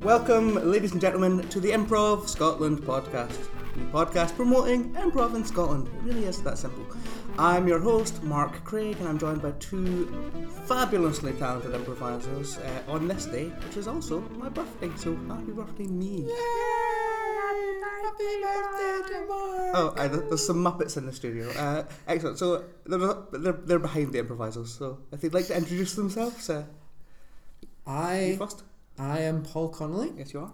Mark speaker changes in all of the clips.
Speaker 1: Welcome, ladies and gentlemen, to the Improv Scotland podcast, the podcast promoting improv in Scotland. It really is that simple. I'm your host, Mark Craig, and I'm joined by two fabulously talented improvisers uh, on this day, which is also my birthday. So happy birthday, me! Oh, uh, there- there's some Muppets in the studio. Uh, excellent. So they're, they're they're behind the improvisers. So if they'd like to introduce themselves, uh, you
Speaker 2: I
Speaker 1: first.
Speaker 2: I am Paul Connolly,
Speaker 1: Yes, you are.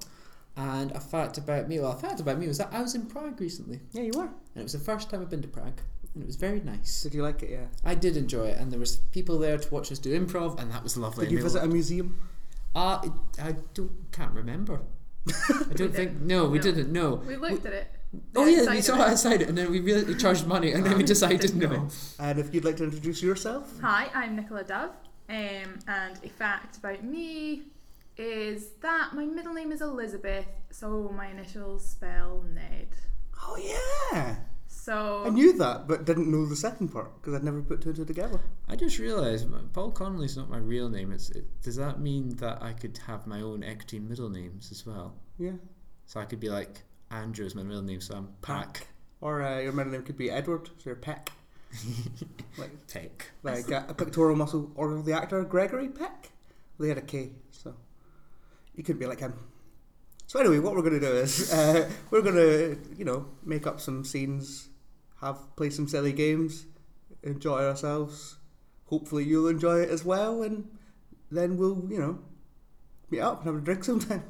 Speaker 2: and a fact about me. Well, a fact about me was that I was in Prague recently,
Speaker 1: Yeah, you are.
Speaker 2: and it was the first time I've been to Prague, and it was very nice.
Speaker 1: Did you like it? Yeah.
Speaker 2: I did enjoy it, and there was people there to watch us do improv, and that was lovely.
Speaker 1: Did you
Speaker 2: And they
Speaker 1: visit
Speaker 2: were-
Speaker 1: a museum?
Speaker 2: Uh, it- I don't can't remember. I don't think no, we
Speaker 3: No.
Speaker 2: didn't. No.
Speaker 3: We looked at it.
Speaker 2: Oh yeah,
Speaker 3: Outside
Speaker 2: we
Speaker 3: of
Speaker 2: saw
Speaker 3: it.
Speaker 2: it outside, and then we really we charged money, and then we decided
Speaker 3: Didn't
Speaker 2: no.
Speaker 1: And if you'd like to introduce yourself,
Speaker 3: Hi, I'm Nicola Dove, um, and a fact about me is that my middle name is Elizabeth, so my initials spell Ned.
Speaker 1: oh yeah,
Speaker 3: So
Speaker 1: I knew that, but didn't know the second part because I'd never put two and two together.
Speaker 2: I just realised my- Paul Connolly's not my real name. It's it, does that mean that I could have my own equity middle names as well?
Speaker 1: Yeah.
Speaker 2: So I could be like Andrew is my middle name, so I'm Pack
Speaker 1: Or uh, your middle name could be Edward, so you're Peck, like
Speaker 2: Peck.
Speaker 1: like uh, a, a pictorial muscle. Or the actor Gregory Peck, they had a K, so you couldn't be like him. So anyway, what we're going to do is uh, we're going to you know make up some scenes, have play some silly games, enjoy ourselves. Hopefully you'll enjoy it as well, and then we'll you know meet up and have a drink sometime.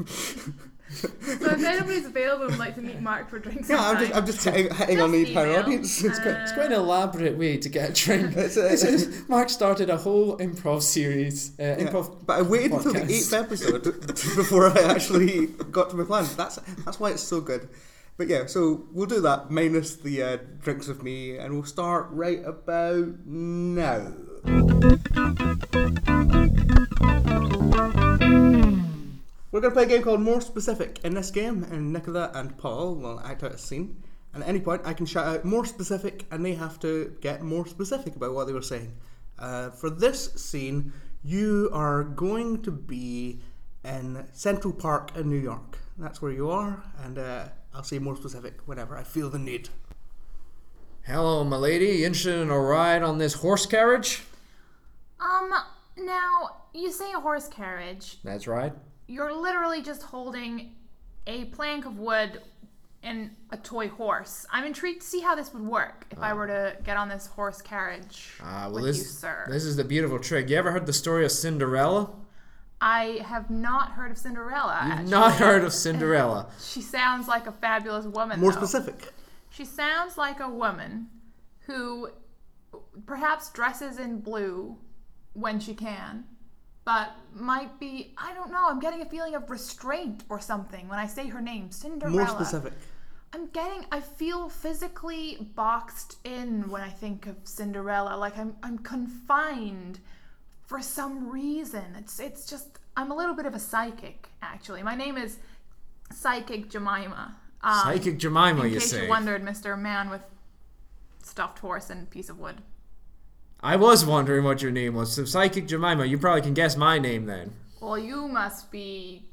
Speaker 3: So if anybody's available and would like to meet Mark for drinks,
Speaker 1: Yeah, I'm just, I'm just hitting, hitting on the entire
Speaker 3: email. Um,
Speaker 1: audience. It's quite,
Speaker 2: It's quite an elaborate way to get a drink.
Speaker 1: it's, uh,
Speaker 2: This is- Mark started a whole improv series. Uh,
Speaker 1: yeah.
Speaker 2: improv.
Speaker 1: But I waited until the
Speaker 2: podcast.
Speaker 1: eighth episode before I actually got to my plan. That's that's why it's so good. But yeah, so we'll do that minus the uh, drinks with me, and we'll start right about now. We're going to play a game called More Specific. In this game, and Nicola and Paul will act out a scene, and at any point I can shout out More Specific, and they have to get more specific about what they were saying. Uh, for this scene, you are going to be in Central Park in New York. That's where you are, and uh, I'll say more specific whenever I feel the need.
Speaker 2: Hello, my lady. You interested in a ride on this horse carriage?
Speaker 3: Um, now you say a horse carriage.
Speaker 2: That's right.
Speaker 3: You're literally just holding a plank of wood and a toy horse. I'm intrigued to see how this would work if I were to get on this horse carriage
Speaker 2: Oh. Ah, well,
Speaker 3: with
Speaker 2: this
Speaker 3: you, sir.
Speaker 2: this is the beautiful trick. You ever heard the story of Cinderella?
Speaker 3: I have not heard of Cinderella. actually.
Speaker 2: Not heard of Cinderella.
Speaker 3: She sounds like a fabulous woman.
Speaker 1: More
Speaker 3: though.
Speaker 1: specific.
Speaker 3: She sounds like a woman who perhaps dresses in blue when she can, but might be, I don't know, I'm getting a feeling of restraint or something when I say her name, Cinderella.
Speaker 1: More specific.
Speaker 3: I'm getting I feel physically boxed in when I think of Cinderella. Like I'm I'm confined for some reason. It's it's just I'm a little bit of a psychic actually. My name is Psychic Jemima. Um,
Speaker 2: Psychic Jemima,
Speaker 3: in
Speaker 2: you
Speaker 3: case
Speaker 2: say.
Speaker 3: you wondered, Mr. Man with stuffed horse and piece of wood.
Speaker 2: I was wondering what your name was. So Psychic Jemima, you probably can guess my name then.
Speaker 3: Well, you must be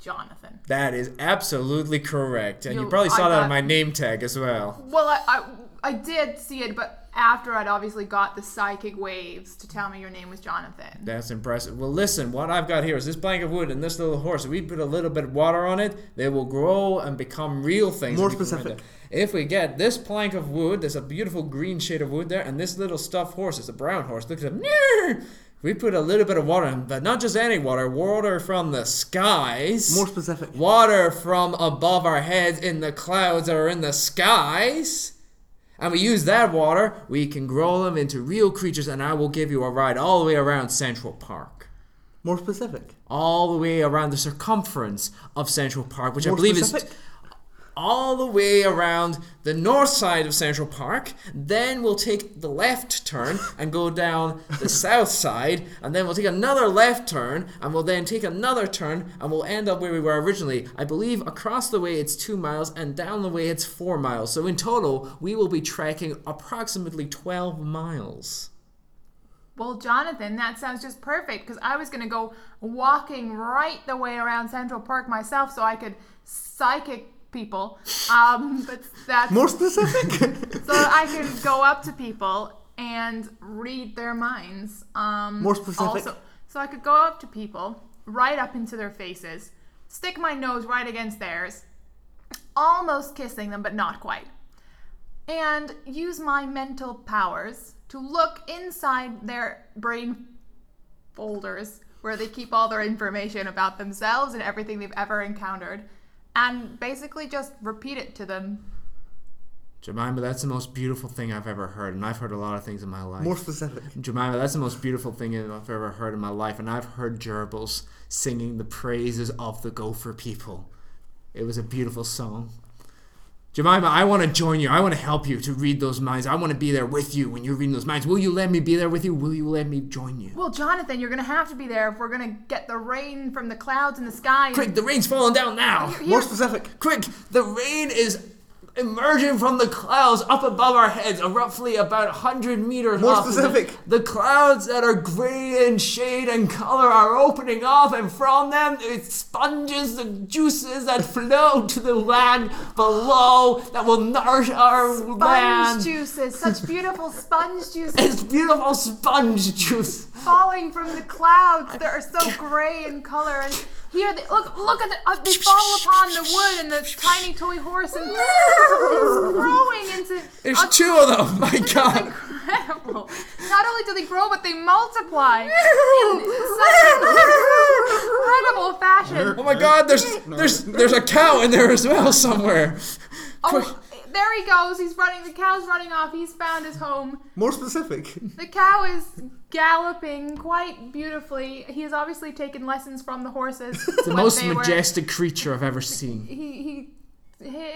Speaker 3: Jonathan.
Speaker 2: That is absolutely correct. And you,
Speaker 3: You-
Speaker 2: probably saw
Speaker 3: I
Speaker 2: that on
Speaker 3: got-
Speaker 2: my name tag as well.
Speaker 3: Well, I, I I did see it, but after I'd obviously got the psychic waves to tell me your name was Jonathan.
Speaker 2: That's impressive. Well, listen, what I've got here is this plank of wood and this little horse. If we put a little bit of water on it, they will grow and become real things.
Speaker 1: More
Speaker 2: and we can
Speaker 1: specific.
Speaker 2: render. If we get this plank of wood, there's a beautiful green shade of wood there, and this little stuffed horse, it's a brown horse, looks at If We put a little bit of water in, but not just any water, water from the skies.
Speaker 1: More specific.
Speaker 2: water from above our heads in the clouds or in the skies. And we use that water, we can grow them into real creatures, and I will give you a ride all the way around Central Park.
Speaker 1: More specific.
Speaker 2: All the way around the circumference of Central Park, which I
Speaker 1: More
Speaker 2: believe
Speaker 1: specific.
Speaker 2: is all the way around the north side of Central Park. Then we'll take the left turn and go down the south side. And then we'll take another left turn and we'll then take another turn and we'll end up where we were originally. I believe across the way it's two miles and down the way it's four miles. So in total, we will be tracking approximately 12 miles.
Speaker 3: Well, Jonathan, that sounds just perfect because I was going to go walking right the way around Central Park myself so I could psychic people. Um, but that's
Speaker 1: More specific?
Speaker 3: so that I could go up to people and read their minds. Um,
Speaker 1: More specific.
Speaker 3: Also, so I could go up to people, right up into their faces, stick my nose right against theirs, almost kissing them, but not quite, and use my mental powers to look inside their brain folders where they keep all their information about themselves and everything they've ever encountered and basically just repeat it to them
Speaker 2: Jemima, that's the most beautiful thing I've ever heard, and I've heard a lot of things in my life.
Speaker 1: More specific.
Speaker 2: Jemima, that's the most beautiful thing I've ever heard in my life, and I've heard gerbils singing the praises of the gopher people. It was a beautiful song. Jemima, I want to join you. I want to help you to read those minds. I want to be there with you when you're reading those minds. Will you let me be there with you? Will you let me join you?
Speaker 3: Well, Jonathan, you're gonna have to be there if we're gonna get the rain from the clouds in the sky. and-
Speaker 2: Quick, the rain's falling down now.
Speaker 3: Here-
Speaker 1: More specific.
Speaker 2: Quick, the rain is emerging from the clouds up above our heads, uh, roughly about 100 meters
Speaker 1: More
Speaker 2: up.
Speaker 1: specific.
Speaker 2: The, the clouds that are gray in shade and color are opening up, and from them, it sponges the juices that flow to the land below that will nourish our
Speaker 3: Sponge
Speaker 2: land.
Speaker 3: juices, such beautiful sponge juices
Speaker 2: It's beautiful sponge juice.
Speaker 3: falling from the clouds that are so gray in color. And here, they, look, look at the, uh, they fall upon the wood and the tiny toy horse and it's growing into.
Speaker 2: There's two of them, my god.
Speaker 3: Incredible! Not only do they grow, but they multiply in such incredible fashion.
Speaker 2: Oh my god, there's there's there's a cow in there as well somewhere.
Speaker 3: Oh, there he goes. He's running. The cow's running off. He's found his home.
Speaker 1: More specific.
Speaker 3: The cow is galloping quite beautifully. He has obviously taken lessons from the horses.
Speaker 2: The most majestic creature I've ever seen.
Speaker 3: He, he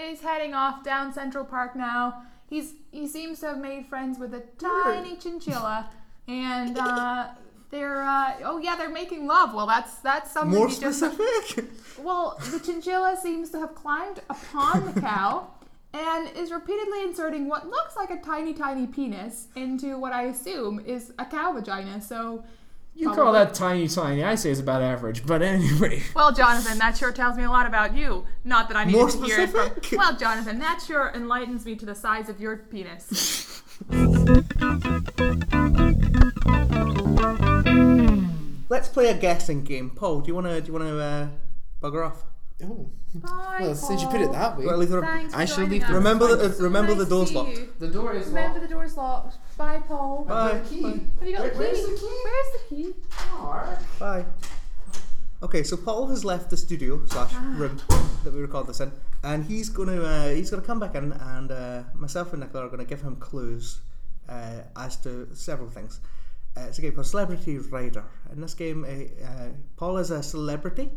Speaker 3: he's heading off down Central Park now. He's he seems to have made friends with a tiny chinchilla, and uh, they're uh, oh yeah they're making love. Well, that's that's something
Speaker 1: More
Speaker 3: you just
Speaker 1: specific.
Speaker 3: Well, the chinchilla seems to have climbed upon the cow and is repeatedly inserting what looks like a tiny, tiny penis into what I assume is a cow vagina. So,
Speaker 2: You call that tiny, tiny. I say it's about average. But anyway,
Speaker 3: well, Jonathan, that sure tells me a lot about you. Not that I needed
Speaker 1: More
Speaker 3: to hear it from.
Speaker 1: specific?
Speaker 3: Well, Jonathan, that sure enlightens me to the size of your penis.
Speaker 1: Let's play a guessing game. Paul, do you wanna do you wanna uh, bugger off?
Speaker 2: oh,
Speaker 3: Bye. Paul.
Speaker 2: that way,
Speaker 1: Well, at least
Speaker 3: Thanks for
Speaker 2: I shall
Speaker 3: joining
Speaker 2: leave the-
Speaker 3: us.
Speaker 1: remember the uh,
Speaker 3: So
Speaker 1: remember
Speaker 3: nice
Speaker 1: the
Speaker 3: to
Speaker 1: door's
Speaker 3: see
Speaker 1: locked.
Speaker 3: you.
Speaker 2: the door is
Speaker 3: Remember the door's locked. Bye, Paul.
Speaker 1: Bye. Bye.
Speaker 3: Have you got the key?
Speaker 2: Where's the key?
Speaker 3: Where's the key?
Speaker 1: Bye. Okay, so Paul has left the studio slash room that we record this in, and he's gonna uh, he's gonna come back in, and uh, myself and Nicola are gonna give him clues uh, as to several things. Uh, it's a game called Celebrity Rider. In this game, uh, uh, Paul is a celebrity.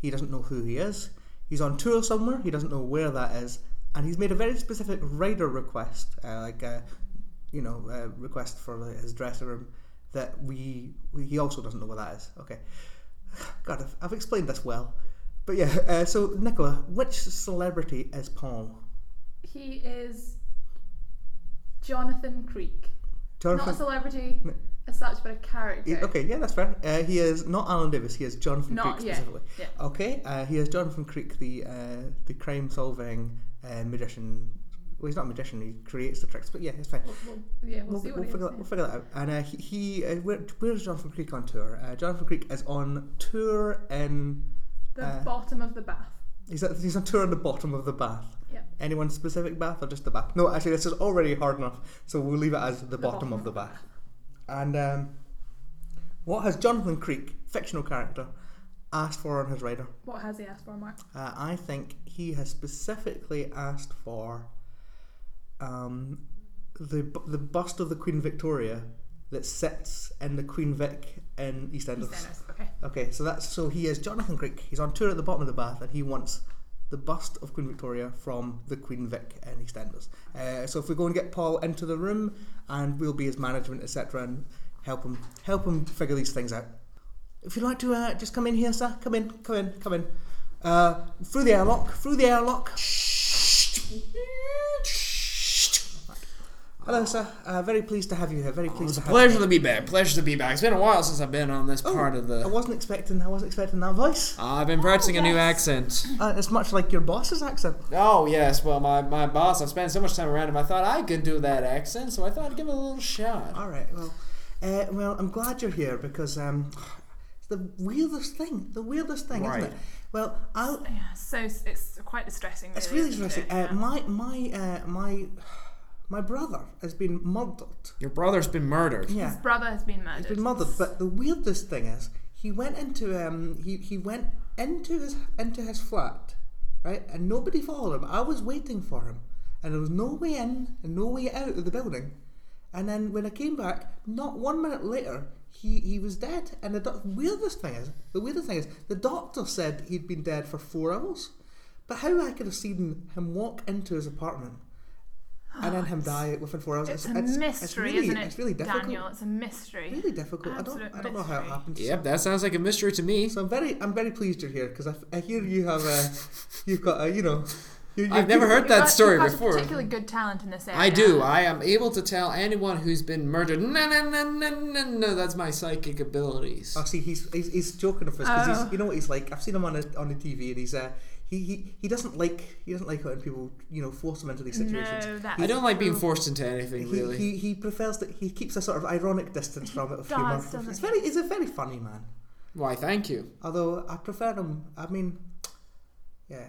Speaker 1: He doesn't know who he is. He's on tour somewhere. He doesn't know where that is, and he's made a very specific rider request, uh, like uh, you know, uh, request for his dressing room that we, we he also doesn't know what that is. Okay, God, I've, I've explained this well, but yeah. Uh, so Nicola, which celebrity is Paul?
Speaker 3: He is Jonathan Creek. Not a
Speaker 1: Jonathan.
Speaker 3: celebrity as such, but a character.
Speaker 1: Okay, yeah, that's fair. Uh, he is not Alan Davis. He is Jonathan
Speaker 3: Not
Speaker 1: Creek
Speaker 3: yeah,
Speaker 1: specifically.
Speaker 3: yeah.
Speaker 1: Okay, uh, he is Jonathan Creek, the uh, the crime-solving uh, magician. Well, he's not a magician. He creates the tricks, but yeah, it's fine.
Speaker 3: Well, yeah, we'll,
Speaker 1: We'll,
Speaker 3: see what
Speaker 1: we'll
Speaker 3: it is,
Speaker 1: figure that,
Speaker 3: yeah.
Speaker 1: we'll figure that out. And uh, he, he uh, where, where's Jonathan Creek on tour? Uh, Jonathan Creek is on tour in
Speaker 3: The
Speaker 1: uh,
Speaker 3: bottom of the bath.
Speaker 1: He's at, he's on tour on the bottom of the bath.
Speaker 3: Yeah.
Speaker 1: Anyone specific bath or just the bath? No, actually, this is already hard enough, so we'll leave it as the, bottom,
Speaker 3: bottom
Speaker 1: of the bath. And um, what has Jonathan Creek, fictional character, asked for on his rider?
Speaker 3: What has he asked for, Mark?
Speaker 1: Uh, I think he has specifically asked for um, the bu- the bust of the Queen Victoria that sits in the Queen Vic in EastEnders.
Speaker 3: Dennis. Okay.
Speaker 1: Okay, so that's so he is Jonathan Creek. He's on tour at the bottom of the bath, and he wants the bust of Queen Victoria from the Queen Vic in EastEnders. Uh, so if we go and get Paul into the room, and we'll be his management, etc., and help him help him figure these things out. If you'd like to uh, just come in here, sir, come in, come in, come in. Uh, through the airlock, through the airlock. Hello, sir. Uh, very pleased to have you here. Very pleased
Speaker 2: It's a
Speaker 1: to have
Speaker 2: pleasure to be back. Pleasure to be back. It's been a while since I've been on this
Speaker 1: you.
Speaker 2: part of
Speaker 1: I
Speaker 2: the.
Speaker 1: wasn't expecting. I wasn't expecting that voice.
Speaker 2: I've been practicing a new
Speaker 3: yes.
Speaker 2: accent.
Speaker 1: Uh, it's much like your boss's accent.
Speaker 2: Oh yes, well my, my boss. I spent so much time around him. I thought I could do that accent, so I thought I'd give it a little shot.
Speaker 1: All right. Well, uh, well, I'm glad you're here because um, it's the weirdest thing. The weirdest thing,
Speaker 2: Right.
Speaker 1: isn't it? Well, I'll,
Speaker 3: Yeah, so s- it's quite distressing. Really,
Speaker 1: It's really
Speaker 3: isn't
Speaker 1: interesting.
Speaker 3: it?
Speaker 1: Uh,
Speaker 3: Yeah.
Speaker 1: my my uh, my my brother has been murdered.
Speaker 2: Your brother's been murdered.
Speaker 1: Yeah,
Speaker 3: His brother has been murdered.
Speaker 1: he's been murdered. But the weirdest thing is, he went into um he, he went into his into his flat, right? And nobody followed him. I was waiting for him, and there was no way in and no way out of the building. And then when I came back, not one minute later, he, he was dead. And the doc- weirdest thing is, the weirdest thing is, the doctor said he'd been dead for four hours. But how I could have seen him walk into his apartment and then him die within four hours?
Speaker 3: it's, a mystery,
Speaker 1: really,
Speaker 3: isn't it,
Speaker 1: It's really difficult.
Speaker 3: Daniel? It's a mystery.
Speaker 1: Really difficult. I don't,
Speaker 3: Absolute
Speaker 1: I don't know how it
Speaker 3: mystery.
Speaker 1: happened.
Speaker 2: Yep, that sounds like a mystery to me.
Speaker 1: So I'm very, I'm very pleased you're here because I, f- I hear you have a, you've got a, you know, you, you,
Speaker 2: I've never heard
Speaker 3: You've
Speaker 2: that
Speaker 3: got-
Speaker 2: story
Speaker 3: you've got
Speaker 2: before.
Speaker 3: A particularly good talent in this area.
Speaker 2: I do. I am able to tell anyone who's been murdered. No, no, no, no, no, no. That's my psychic abilities.
Speaker 1: Oh, see, he's he's, he's joking with us because
Speaker 3: Oh.
Speaker 1: he's you know what he's like. I've seen him on the on the TV and he's uh he, he, he doesn't like he doesn't like it when people you know force him into these situations.
Speaker 3: No, that's
Speaker 2: I don't like being
Speaker 3: true.
Speaker 2: forced into anything
Speaker 1: He,
Speaker 2: really.
Speaker 1: he, he prefers that he keeps a sort of ironic distance from it. Of
Speaker 3: does,
Speaker 1: humor.
Speaker 3: doesn't
Speaker 1: It's
Speaker 3: he?
Speaker 1: very he's a very funny man.
Speaker 2: Why? Thank you.
Speaker 1: Although I prefer him. I mean, yeah,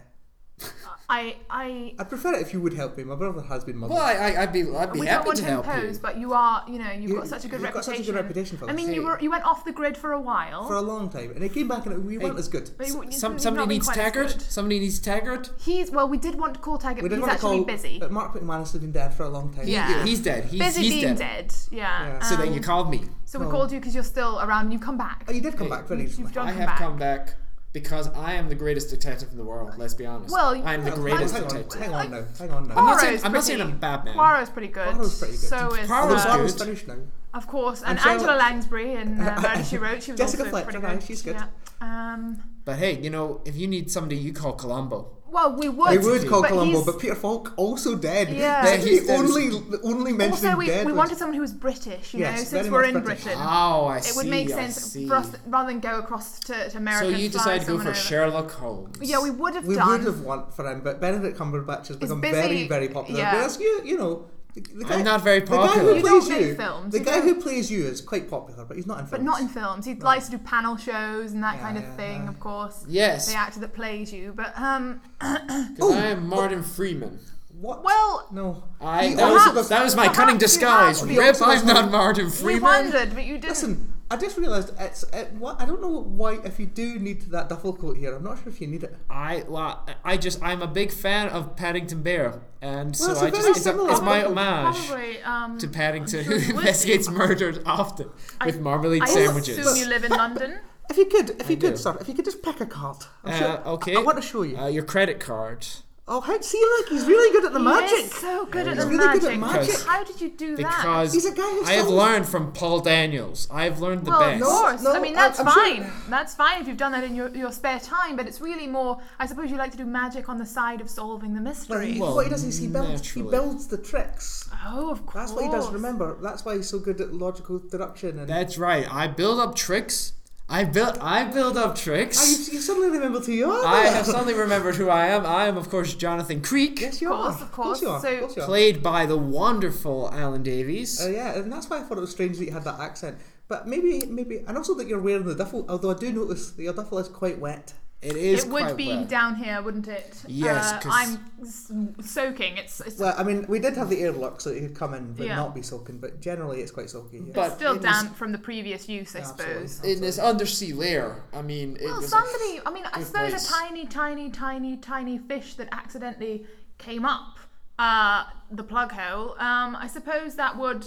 Speaker 3: I, I,
Speaker 1: I prefer it if you would help me. My brother has been murdered.
Speaker 2: Well, I, I, I'd be, I'd be
Speaker 3: we don't
Speaker 2: happy
Speaker 3: want
Speaker 2: to
Speaker 3: to
Speaker 2: help
Speaker 3: impose,
Speaker 2: you.
Speaker 3: but you are, you know, you've
Speaker 1: You-
Speaker 3: got such a good
Speaker 1: you've got
Speaker 3: reputation.
Speaker 1: such a good reputation for
Speaker 3: I
Speaker 1: this.
Speaker 3: mean, you
Speaker 2: Hey.
Speaker 3: were, you went off the grid for a while.
Speaker 1: for a long time, and it came back and we weren't as good.
Speaker 3: but you- you've
Speaker 2: Some,
Speaker 3: not
Speaker 2: somebody
Speaker 3: been
Speaker 2: needs
Speaker 3: quite as
Speaker 2: Taggart.
Speaker 3: good.
Speaker 2: Somebody needs Taggart.
Speaker 3: He's well. We did want to call Taggart,
Speaker 1: We
Speaker 3: but
Speaker 1: didn't want
Speaker 3: he's
Speaker 1: to
Speaker 3: actually
Speaker 1: call.
Speaker 3: busy.
Speaker 1: But Mark McManus has been dead for a long time.
Speaker 2: He-
Speaker 3: Yeah.
Speaker 2: he's dead. He's,
Speaker 3: busy
Speaker 2: he's
Speaker 3: being
Speaker 2: dead.
Speaker 3: dead. Yeah.
Speaker 1: Yeah.
Speaker 2: So then you
Speaker 3: Um,
Speaker 2: called me.
Speaker 3: So we
Speaker 1: Oh.
Speaker 3: called you because you're still around and you come back.
Speaker 1: Oh, you did come
Speaker 2: Hey,
Speaker 1: back very
Speaker 3: you've
Speaker 1: recently.
Speaker 3: done-
Speaker 2: I
Speaker 3: come
Speaker 2: have
Speaker 3: back.
Speaker 2: come back because I am the greatest detective in the world. Let's be honest.
Speaker 3: Well,
Speaker 2: I am the
Speaker 1: Hang on,
Speaker 2: greatest
Speaker 1: hang on,
Speaker 2: detective.
Speaker 1: Hang on now. Hang on now.
Speaker 2: I'm not saying,
Speaker 3: Poirot's
Speaker 2: I'm not saying
Speaker 3: pretty-
Speaker 2: I'm Batman.
Speaker 3: Poirot's pretty good.
Speaker 1: Poirot's pretty good.
Speaker 3: So is
Speaker 2: Poirot's
Speaker 3: uh,
Speaker 2: good.
Speaker 1: Poirot's finished now.
Speaker 3: of course, and
Speaker 1: sure-
Speaker 3: Angela Lansbury and uh, Murder She Wrote. She was
Speaker 1: Jessica
Speaker 3: also
Speaker 1: Fletcher,
Speaker 3: pretty
Speaker 1: right,
Speaker 3: good.
Speaker 1: she's good.
Speaker 3: Yeah. Um,
Speaker 2: But hey, you know, if you need somebody, you call Columbo.
Speaker 3: well, we would.
Speaker 1: They would call
Speaker 3: but
Speaker 1: Columbo,
Speaker 3: he's-
Speaker 1: but Peter Falk also dead.
Speaker 3: Yeah.
Speaker 1: That's
Speaker 2: Yeah, he's
Speaker 1: the
Speaker 2: dead.
Speaker 1: only the only mention
Speaker 3: also,
Speaker 1: of
Speaker 3: we,
Speaker 1: dead.
Speaker 3: we
Speaker 1: was-
Speaker 3: wanted someone who was British, you
Speaker 1: Yes,
Speaker 3: know, since
Speaker 1: very
Speaker 3: we're
Speaker 1: much
Speaker 3: in
Speaker 1: British.
Speaker 3: Britain.
Speaker 2: Oh, I see.
Speaker 3: it would make
Speaker 2: I
Speaker 3: sense
Speaker 2: see.
Speaker 3: for us rather than go across to, to America.
Speaker 2: So
Speaker 3: and
Speaker 2: you
Speaker 3: fly
Speaker 2: decided to go
Speaker 3: someone
Speaker 2: for
Speaker 3: over.
Speaker 2: Sherlock Holmes.
Speaker 3: Yeah, we would have
Speaker 1: we
Speaker 3: done.
Speaker 1: would have want for him, but Benedict Cumberbatch has become very
Speaker 3: busy,
Speaker 1: very popular.
Speaker 3: yeah.
Speaker 1: Whereas you you know. The the guy,
Speaker 2: I'm not very
Speaker 1: The guy
Speaker 2: popular.
Speaker 1: who
Speaker 2: You
Speaker 3: don't
Speaker 1: plays
Speaker 3: make
Speaker 1: you,
Speaker 3: films,
Speaker 1: the
Speaker 3: you
Speaker 1: guy
Speaker 3: don't-
Speaker 1: who plays you is quite popular, but he's not in films.
Speaker 3: but not in films. He likes to do panel shows and that
Speaker 1: Yeah,
Speaker 3: kind of
Speaker 1: yeah,
Speaker 3: thing,
Speaker 1: yeah.
Speaker 3: of course.
Speaker 2: Yes,
Speaker 3: The actor that plays you, but um,
Speaker 2: 'cause I
Speaker 1: Ooh.
Speaker 2: am Martin Freeman.
Speaker 1: What?
Speaker 3: well,
Speaker 1: no.
Speaker 2: I,
Speaker 1: He
Speaker 2: that,
Speaker 1: also
Speaker 2: was,
Speaker 1: goes-
Speaker 2: that was my
Speaker 3: perhaps
Speaker 2: cunning
Speaker 3: you
Speaker 2: disguise.
Speaker 3: have-
Speaker 1: He
Speaker 2: Rip,
Speaker 1: also goes-
Speaker 2: I'm not Martin
Speaker 3: we
Speaker 2: Freeman.
Speaker 3: wondered, but you didn't.
Speaker 1: Listen, I just realised it's it, what I don't know why if you do need that duffel coat here, I'm not sure if you need it.
Speaker 2: I well, I just I'm a big fan of Paddington Bear, and so
Speaker 1: Well, it's a
Speaker 2: I just
Speaker 1: very
Speaker 2: it's, a,
Speaker 1: similar
Speaker 2: it's my
Speaker 1: model.
Speaker 2: homage
Speaker 3: Probably, um,
Speaker 2: to Paddington,
Speaker 3: I'm sure it
Speaker 2: who
Speaker 3: would
Speaker 2: investigates murders often
Speaker 3: I-
Speaker 2: with marmalade
Speaker 3: I assume
Speaker 2: sandwiches.
Speaker 3: you live in London.
Speaker 1: If you could, if you
Speaker 2: do.
Speaker 1: could, sir, if you could just pick a card. I'm
Speaker 2: Uh,
Speaker 1: sure,
Speaker 2: okay.
Speaker 1: I, I want to show you.
Speaker 2: Uh, your credit card
Speaker 1: oh, hey, see, look, he's really good at the magic.
Speaker 3: He is so good at
Speaker 1: He's
Speaker 3: the
Speaker 1: really good
Speaker 3: magic.
Speaker 1: at magic.
Speaker 3: How did you do that?
Speaker 2: because
Speaker 1: He's a guy who
Speaker 2: I have
Speaker 1: sells-
Speaker 2: learned from Paul Daniels. I have learned the
Speaker 3: Well,
Speaker 2: best.
Speaker 3: of
Speaker 1: No,
Speaker 3: course.
Speaker 1: no,
Speaker 3: I mean,
Speaker 1: I-
Speaker 3: that's
Speaker 1: I'm sure-
Speaker 3: fine. That's fine if you've done that in your, your spare time, but it's really more, I suppose you like to do magic on the side of solving the
Speaker 1: Well,
Speaker 3: mystery.
Speaker 1: he-
Speaker 2: Well,
Speaker 1: what he does is he builds,
Speaker 2: naturally.
Speaker 1: he builds the tricks.
Speaker 3: oh, of course.
Speaker 1: That's what he does. Remember, that's why he's so good at logical deduction. And
Speaker 2: That's right. I build up tricks. I build I build up tricks.
Speaker 1: Ah, you, you suddenly remember who you are.
Speaker 2: I have suddenly remembered who I am. I am, of course, Jonathan Creek,
Speaker 1: Yes, you
Speaker 3: Of course,
Speaker 1: are.
Speaker 3: of course.
Speaker 1: you are.
Speaker 3: So-
Speaker 1: of course you are.
Speaker 2: played by the wonderful Alan Davies.
Speaker 1: Uh, yeah, and that's why I thought it was strange that you had that accent. But maybe, maybe, and also that you're wearing the duffel. Although I do notice that your duffel is quite wet.
Speaker 2: it is
Speaker 3: It would
Speaker 2: quite
Speaker 3: be
Speaker 2: well.
Speaker 3: down here, wouldn't it?
Speaker 2: Yes,
Speaker 3: Uh,
Speaker 2: 'cause-
Speaker 3: I'm s- soaking. It's, it's
Speaker 1: Well, I mean, we did have the airlock so it could come in but
Speaker 3: Yeah.
Speaker 1: not be soaking. But generally, it's quite sulky. Yeah.
Speaker 2: But
Speaker 3: still
Speaker 2: in this-
Speaker 3: damp from the previous use, I
Speaker 1: Absolutely.
Speaker 3: suppose.
Speaker 2: in this undersea lair. I mean, it
Speaker 3: Well,
Speaker 2: was
Speaker 3: somebody. I mean, I
Speaker 2: good
Speaker 3: suppose
Speaker 2: place.
Speaker 3: a tiny, tiny, tiny, tiny fish that accidentally came up uh, the plug hole. Um, I suppose that would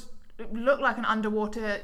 Speaker 3: look like an underwater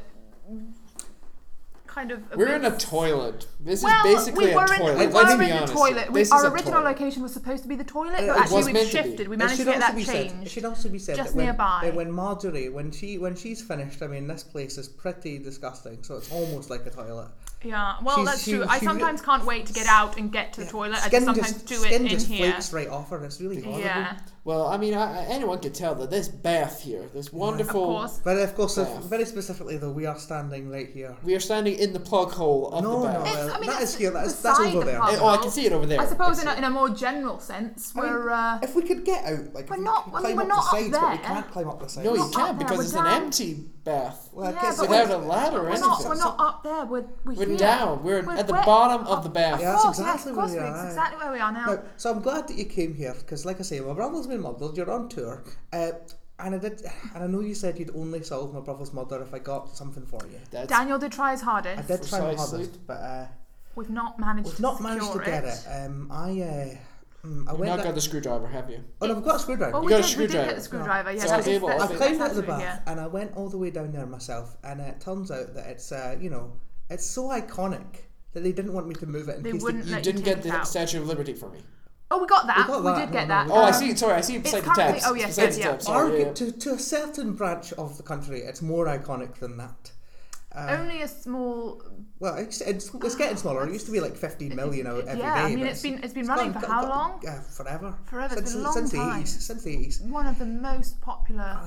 Speaker 3: kind of.
Speaker 2: A, we're in a
Speaker 3: abyss.
Speaker 2: toilet. This
Speaker 3: Well,
Speaker 2: is basically
Speaker 3: we were
Speaker 2: a
Speaker 3: in,
Speaker 2: toilet.
Speaker 3: we
Speaker 2: Let's
Speaker 3: were
Speaker 2: be
Speaker 3: in the
Speaker 2: honest.
Speaker 3: toilet. We,
Speaker 2: This is
Speaker 3: our
Speaker 2: a
Speaker 3: original
Speaker 2: toilet. Uh,
Speaker 3: location was supposed to be the toilet,
Speaker 1: It
Speaker 3: but
Speaker 2: was
Speaker 3: actually we've
Speaker 2: meant to be.
Speaker 3: shifted. We
Speaker 1: It
Speaker 3: managed to
Speaker 1: should
Speaker 3: get
Speaker 1: also
Speaker 3: that
Speaker 1: be said- it
Speaker 3: changed.
Speaker 1: should also be said
Speaker 3: Just
Speaker 1: that when,
Speaker 3: nearby.
Speaker 1: that when Marjorie, when she when she's finished, I mean, this place is pretty disgusting. So it's almost like a toilet.
Speaker 3: Yeah, well,
Speaker 1: She's-
Speaker 3: that's
Speaker 1: she-
Speaker 3: true. I
Speaker 1: she re-
Speaker 3: sometimes can't wait to get out and get to the toilet. I just sometimes
Speaker 1: just,
Speaker 3: do it
Speaker 1: skin
Speaker 3: in
Speaker 1: just
Speaker 3: here.
Speaker 1: flakes right off her. It's really horrible.
Speaker 3: Yeah.
Speaker 2: Well, I mean, I, I- anyone could tell that this Beth here, this
Speaker 1: Oh
Speaker 3: Of
Speaker 2: wonderful.
Speaker 3: course.
Speaker 1: But of course, if-
Speaker 2: Yeah.
Speaker 1: very specifically though, we are standing right here.
Speaker 2: We are standing in the plug hole of
Speaker 1: No,
Speaker 2: the
Speaker 1: no,
Speaker 2: Beth.
Speaker 1: Well,
Speaker 3: It's, I mean,
Speaker 1: that
Speaker 3: it's
Speaker 1: is here, that is- that's
Speaker 3: beside
Speaker 1: over
Speaker 3: the
Speaker 1: there.
Speaker 3: pub.
Speaker 2: oh, I can see it over there.
Speaker 3: I suppose in
Speaker 2: see
Speaker 3: a,
Speaker 2: it.
Speaker 3: in a more general sense,
Speaker 1: I mean,
Speaker 3: we're uh,
Speaker 1: If we could get out, like
Speaker 3: We're
Speaker 1: if we
Speaker 3: not-
Speaker 1: could
Speaker 3: I mean,
Speaker 1: climb
Speaker 3: we're
Speaker 1: up
Speaker 3: not
Speaker 1: the
Speaker 3: up
Speaker 1: sides, but we
Speaker 3: there.
Speaker 1: can't climb up the sides.
Speaker 2: No, you
Speaker 3: Not
Speaker 2: can't
Speaker 3: up there,
Speaker 2: because
Speaker 3: we're
Speaker 2: it's
Speaker 3: down.
Speaker 2: an empty Beth.
Speaker 1: Well, I
Speaker 3: Yeah,
Speaker 1: guess
Speaker 3: but
Speaker 1: it
Speaker 2: without
Speaker 1: is-
Speaker 2: a ladder or
Speaker 3: we're
Speaker 2: anything.
Speaker 3: not we're not up there. We're we're,
Speaker 2: We're
Speaker 3: here.
Speaker 2: down. We're, at the bottom of the Beth.
Speaker 1: Yeah,
Speaker 3: Of
Speaker 1: that's
Speaker 3: course,
Speaker 1: exactly
Speaker 3: yes, of
Speaker 1: where
Speaker 3: course,
Speaker 1: we
Speaker 3: we
Speaker 1: are.
Speaker 3: It's exactly where we are now.
Speaker 1: No, so I'm glad that you came here because, like I say, my brother's been murdered. You're on tour, uh, and I did, and I know you said you'd only solve my brother's murder if I got something for you.
Speaker 2: That's
Speaker 3: Daniel did try his
Speaker 1: I
Speaker 3: hardest.
Speaker 1: did try my
Speaker 2: Precisely.
Speaker 1: hardest, but uh,
Speaker 3: We've not managed.
Speaker 1: we've
Speaker 3: to
Speaker 1: not managed to
Speaker 3: secure
Speaker 1: get it. Um, I, uh, mm, I went.
Speaker 2: You've not got
Speaker 1: Down,
Speaker 2: the screwdriver, have you?
Speaker 1: oh, no, I've got a screwdriver.
Speaker 3: Well, we
Speaker 2: got a
Speaker 3: did, We did
Speaker 2: screwdriver.
Speaker 3: get the screwdriver. Yeah,
Speaker 2: So
Speaker 3: that
Speaker 2: I was
Speaker 3: is
Speaker 2: able-
Speaker 3: that
Speaker 2: I
Speaker 3: is-
Speaker 1: I've
Speaker 2: think
Speaker 1: climbed
Speaker 3: that's
Speaker 1: out the
Speaker 3: what we- yeah.
Speaker 1: bath and I went all the way down there myself, and it turns out that it's uh, you know it's so iconic that they didn't want me to move it in
Speaker 3: They
Speaker 1: case
Speaker 3: wouldn't
Speaker 1: They,
Speaker 2: You
Speaker 3: let
Speaker 2: didn't
Speaker 3: you take
Speaker 2: get
Speaker 3: it
Speaker 2: the
Speaker 3: out.
Speaker 2: Statue of Liberty for me.
Speaker 3: Oh, we got that.
Speaker 1: got
Speaker 3: We
Speaker 1: that.
Speaker 3: did
Speaker 1: No,
Speaker 3: get
Speaker 1: no,
Speaker 3: that.
Speaker 1: we
Speaker 2: Oh, I
Speaker 1: Um,
Speaker 2: see. Sorry, I see it beside the
Speaker 3: currently-
Speaker 2: tabs.
Speaker 3: oh, yes,
Speaker 2: beside
Speaker 3: yes,
Speaker 2: the
Speaker 3: yeah.
Speaker 2: tabs,
Speaker 1: Argu-
Speaker 2: sorry, yeah.
Speaker 1: to to a certain branch of the country, it's more iconic than that. Uh,
Speaker 3: Only a small.
Speaker 1: well, it's, it's, it's getting smaller. It used to be like 15 million out every day.
Speaker 3: Yeah, I mean,
Speaker 1: but
Speaker 3: it's been it's been running
Speaker 1: gone-
Speaker 3: for
Speaker 1: gone-
Speaker 3: how long?
Speaker 1: Uh, forever.
Speaker 3: Forever.
Speaker 1: Since,
Speaker 3: It's been a long
Speaker 1: since the
Speaker 3: time.
Speaker 1: 80s. Since the 80s.
Speaker 3: One of the most popular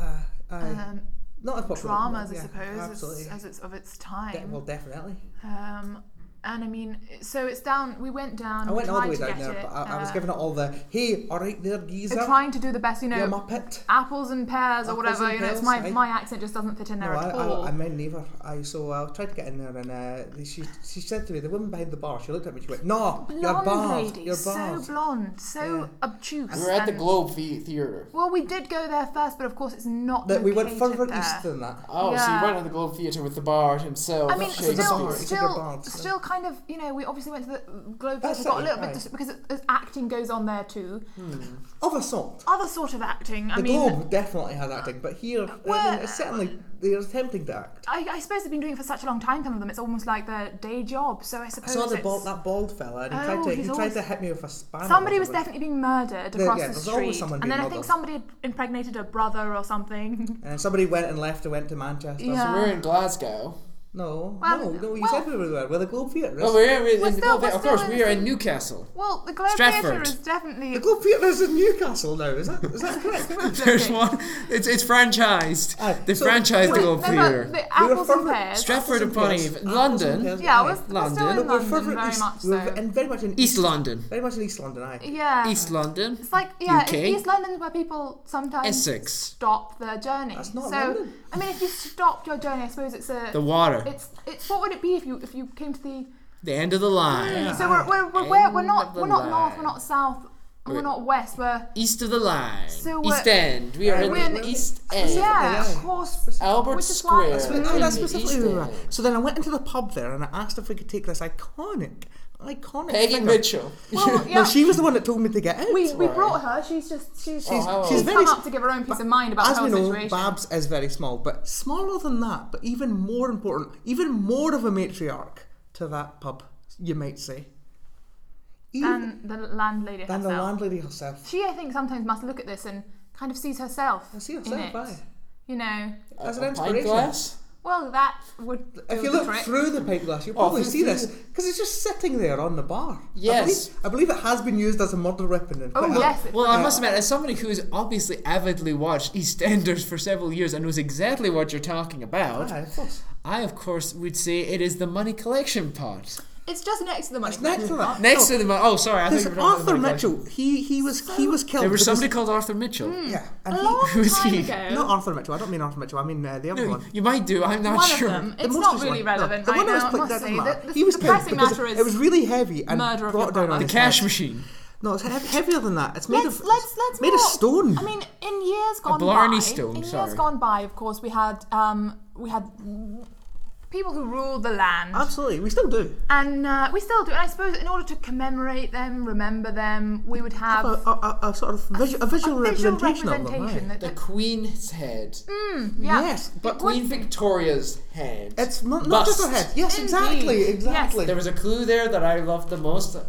Speaker 1: Uh, uh,
Speaker 3: um,
Speaker 1: not as popular.
Speaker 3: dramas,
Speaker 1: yeah,
Speaker 3: I suppose,
Speaker 1: Absolutely.
Speaker 3: as, as it's of its
Speaker 1: De-
Speaker 3: time.
Speaker 1: well, definitely.
Speaker 3: Um, and I mean, so it's down. We went down.
Speaker 1: I went all
Speaker 3: tried
Speaker 1: the way
Speaker 3: to
Speaker 1: down
Speaker 3: get
Speaker 1: there,
Speaker 3: it,
Speaker 1: but I, I was
Speaker 3: uh,
Speaker 1: giving it all the, hey, all right there, geezer.
Speaker 3: they're trying to do the best, you know,
Speaker 1: You're my pit.
Speaker 3: apples and pears or
Speaker 1: Apples
Speaker 3: whatever.
Speaker 1: and
Speaker 3: You know, it's
Speaker 1: pears,
Speaker 3: my
Speaker 1: aye.
Speaker 3: my accent just doesn't fit in
Speaker 1: No,
Speaker 3: there
Speaker 1: I,
Speaker 3: at all.
Speaker 1: I, I meant neither. I so I tried to get in there, and uh, they- she she said to me, the woman behind the bar. She looked at me. She went, "No, you're
Speaker 3: blonde
Speaker 1: barred.
Speaker 3: lady,
Speaker 1: you're
Speaker 3: so
Speaker 1: barred."
Speaker 3: blonde, so
Speaker 1: Yeah.
Speaker 3: obtuse.
Speaker 2: We We're at the
Speaker 3: and-
Speaker 2: Globe the- Theater.
Speaker 3: Well, we did go there first, but of course it's not.
Speaker 1: that we went
Speaker 3: located
Speaker 1: further
Speaker 3: there.
Speaker 1: east than that.
Speaker 2: Oh, so
Speaker 3: Yeah.
Speaker 2: you went at the Globe Theater with the bard himself.
Speaker 3: I mean,
Speaker 1: It's a good
Speaker 2: Shakespeare.
Speaker 3: still,
Speaker 1: bar, it's a good bar,
Speaker 3: still,
Speaker 1: so-
Speaker 3: still, kind of. You know, we obviously went to the Globe.
Speaker 1: That's
Speaker 3: Theatre, got a
Speaker 1: it,
Speaker 3: little bit
Speaker 1: aye.
Speaker 3: dis- because it, there's acting goes on there too.
Speaker 1: Of assault.
Speaker 3: Other sort of acting. I
Speaker 1: The
Speaker 3: mean,
Speaker 1: Globe definitely had acting, but here, I mean,
Speaker 3: Well-
Speaker 1: it's certainly they're attempting to act.
Speaker 3: I, I suppose they've been doing it for such a long time. Some of them, it's almost like their day job. So I
Speaker 1: I
Speaker 3: suppose
Speaker 1: saw the
Speaker 3: it's-
Speaker 1: bald, that bald fella, and he tried
Speaker 3: Oh,
Speaker 1: to he
Speaker 3: he's
Speaker 1: tried
Speaker 3: always-
Speaker 1: to hit me with a spanner.
Speaker 3: somebody
Speaker 1: or
Speaker 3: was
Speaker 1: something.
Speaker 3: definitely being murdered
Speaker 1: There-
Speaker 3: across
Speaker 1: yeah,
Speaker 3: the
Speaker 1: there's always
Speaker 3: street,
Speaker 1: someone
Speaker 3: and then
Speaker 1: being
Speaker 3: I think
Speaker 1: murdered.
Speaker 3: somebody had impregnated a brother or something.
Speaker 1: And somebody went and left and went to Manchester.
Speaker 2: So
Speaker 3: Yeah.
Speaker 2: we're in Glasgow.
Speaker 1: No,
Speaker 3: Well,
Speaker 1: no, no. You
Speaker 3: well-
Speaker 1: said we were there. We're the Globe Theatre.
Speaker 2: Oh, we're, we're in
Speaker 3: We're
Speaker 2: the
Speaker 3: still-
Speaker 2: Globe
Speaker 3: we're
Speaker 2: Theater. Of
Speaker 3: still
Speaker 2: course,
Speaker 3: in
Speaker 2: we are
Speaker 3: the-
Speaker 2: in Newcastle.
Speaker 3: Well, the Globe Theatre
Speaker 2: Stratford.
Speaker 3: is definitely
Speaker 1: the Globe Theatre is in Newcastle now. Is that is that correct?
Speaker 2: There's one. It's it's franchised.
Speaker 1: Aye,
Speaker 2: They
Speaker 1: so-
Speaker 2: franchised the
Speaker 1: Wait,
Speaker 2: Globe
Speaker 3: Uh, no, no,
Speaker 2: Theater.
Speaker 3: the
Speaker 1: We were
Speaker 3: apples and
Speaker 1: further-
Speaker 3: pears.
Speaker 2: Stratford
Speaker 1: Apples and
Speaker 2: upon
Speaker 1: pears.
Speaker 2: Eve,
Speaker 1: Apples and
Speaker 2: London.
Speaker 1: pears,
Speaker 3: yeah,
Speaker 1: aye.
Speaker 3: we're, we're still
Speaker 2: London.
Speaker 3: in
Speaker 1: But we're
Speaker 3: London,
Speaker 1: further
Speaker 3: very
Speaker 1: east.
Speaker 3: much
Speaker 1: We're
Speaker 3: so.
Speaker 1: and very much in
Speaker 2: East London.
Speaker 1: Very much in East London, aye.
Speaker 3: yeah,
Speaker 2: East London.
Speaker 3: Uh, it's like yeah, it's
Speaker 2: UK.
Speaker 3: East London where people sometimes
Speaker 2: Essex.
Speaker 3: stop their journey.
Speaker 1: That's not
Speaker 3: so
Speaker 1: London.
Speaker 3: I mean, if you stopped your journey, I suppose it's a
Speaker 2: The water.
Speaker 3: it's it's what would it be if you if you came to the
Speaker 2: The end of the line.
Speaker 3: so we're we're we're, we're, we're
Speaker 2: End
Speaker 3: not
Speaker 2: of the
Speaker 3: we're not
Speaker 2: line.
Speaker 3: north, we're not south, and we're
Speaker 2: We're-
Speaker 3: not west. We're
Speaker 2: East of the line.
Speaker 3: So we're-
Speaker 2: East End. We are
Speaker 1: Aye,
Speaker 2: in
Speaker 3: we're
Speaker 2: the
Speaker 3: in-
Speaker 2: East End.
Speaker 3: yeah,
Speaker 1: yeah.
Speaker 3: of course.
Speaker 2: Albert
Speaker 3: which is
Speaker 2: Square.
Speaker 3: Why,
Speaker 1: But
Speaker 2: Mm.
Speaker 1: no, that's
Speaker 2: In the
Speaker 1: specifically
Speaker 2: East
Speaker 1: where we were.
Speaker 2: End.
Speaker 1: So then I went into the pub there and I asked if we could take this iconic, iconic.
Speaker 2: Peggy
Speaker 1: figure.
Speaker 2: Mitchell.
Speaker 3: well, yeah,
Speaker 1: No, she was the one that told me to get out.
Speaker 3: we, we
Speaker 2: Right.
Speaker 3: brought her. She's just she's she's,
Speaker 2: how
Speaker 1: she's very
Speaker 3: come up to give her own peace of mind about
Speaker 1: As
Speaker 3: the
Speaker 1: we
Speaker 3: whole
Speaker 1: know,
Speaker 3: situation.
Speaker 1: Babs is very small, but smaller than that, but even more important, even more of a matriarch to that pub, you might say. Even
Speaker 3: than the landlady
Speaker 1: than
Speaker 3: herself.
Speaker 1: the landlady herself.
Speaker 3: she, I think, sometimes must look at this and kind of sees herself.
Speaker 1: I see
Speaker 3: in
Speaker 1: herself,
Speaker 3: it.
Speaker 1: aye.
Speaker 3: You know,
Speaker 1: As an
Speaker 2: A pint
Speaker 1: inspiration.
Speaker 2: glass?
Speaker 3: well, that would. do
Speaker 1: If you
Speaker 3: the
Speaker 1: look
Speaker 3: trick.
Speaker 1: through the pint glass, you'll
Speaker 2: Oh,
Speaker 1: probably
Speaker 2: through-
Speaker 1: see this because it's just sitting there on the bar. I
Speaker 2: Yes.
Speaker 1: believe- I believe, it has been used as a murder weapon. In
Speaker 3: Oh,
Speaker 1: quite a-
Speaker 3: yes. it's
Speaker 2: Well,
Speaker 3: like-
Speaker 2: I must admit, as somebody who has obviously avidly watched EastEnders for several years and knows exactly what you're talking about,
Speaker 1: Aye, of course.
Speaker 2: I, of course, would say it is the money collection pot.
Speaker 3: It's just next to the money.
Speaker 1: It's next to that.
Speaker 2: Next
Speaker 1: No,
Speaker 2: to the money. Oh, sorry, I thought
Speaker 1: there's
Speaker 2: you were talking about the
Speaker 1: Arthur
Speaker 2: money collection.
Speaker 1: Mitchell. He he was he was killed.
Speaker 2: There was
Speaker 1: because-
Speaker 2: somebody Oh. called Arthur Mitchell.
Speaker 1: Yeah,
Speaker 3: A
Speaker 1: and he,
Speaker 3: long
Speaker 2: Who is
Speaker 3: time
Speaker 2: he?
Speaker 3: ago.
Speaker 1: not Arthur Mitchell. I don't mean Arthur Mitchell. I mean uh, the other
Speaker 2: No,
Speaker 1: one.
Speaker 2: you might do. I'm not
Speaker 3: Hmm. one
Speaker 2: sure.
Speaker 3: of them.
Speaker 1: The
Speaker 3: It's
Speaker 1: most
Speaker 3: not
Speaker 1: recent
Speaker 3: really
Speaker 1: one. No,
Speaker 3: relevant
Speaker 1: the
Speaker 3: right
Speaker 1: one that was
Speaker 3: now. I
Speaker 1: played-
Speaker 3: must
Speaker 1: that
Speaker 3: say
Speaker 1: doesn't
Speaker 3: that
Speaker 1: matter.
Speaker 3: the,
Speaker 1: he was
Speaker 3: the
Speaker 1: killed
Speaker 3: pressing
Speaker 1: because
Speaker 3: matter
Speaker 1: it,
Speaker 3: is
Speaker 1: it was really heavy and
Speaker 3: murder of
Speaker 1: brought
Speaker 3: your
Speaker 1: down
Speaker 3: brother.
Speaker 1: on
Speaker 2: The
Speaker 1: his
Speaker 2: cash
Speaker 1: head.
Speaker 2: machine.
Speaker 1: No, it's he- heavier than that. It's made
Speaker 3: let's
Speaker 1: of
Speaker 3: let's let's
Speaker 1: made of
Speaker 3: not-
Speaker 1: stone.
Speaker 3: I mean, in years gone
Speaker 2: Blarney
Speaker 3: by,
Speaker 2: stone,
Speaker 3: in
Speaker 2: sorry.
Speaker 3: years gone by, of course, we had um we had people who ruled the land,
Speaker 1: absolutely. We still do.
Speaker 3: and uh, we still do. And I suppose in order to commemorate them, remember them, we would have.
Speaker 1: A, a, a, a sort of visu- a visual,
Speaker 3: a visual
Speaker 1: representation,
Speaker 3: representation
Speaker 1: of them.
Speaker 3: that-
Speaker 2: The Queen's head.
Speaker 1: Right?
Speaker 3: yeah.
Speaker 1: Yes, but
Speaker 2: Queen Victoria's head.
Speaker 1: it's not, not just her
Speaker 2: Bust.
Speaker 1: head. Yes,
Speaker 3: Indeed.
Speaker 1: exactly,
Speaker 3: Yes.
Speaker 1: exactly.
Speaker 2: There was a clue there that I loved the most that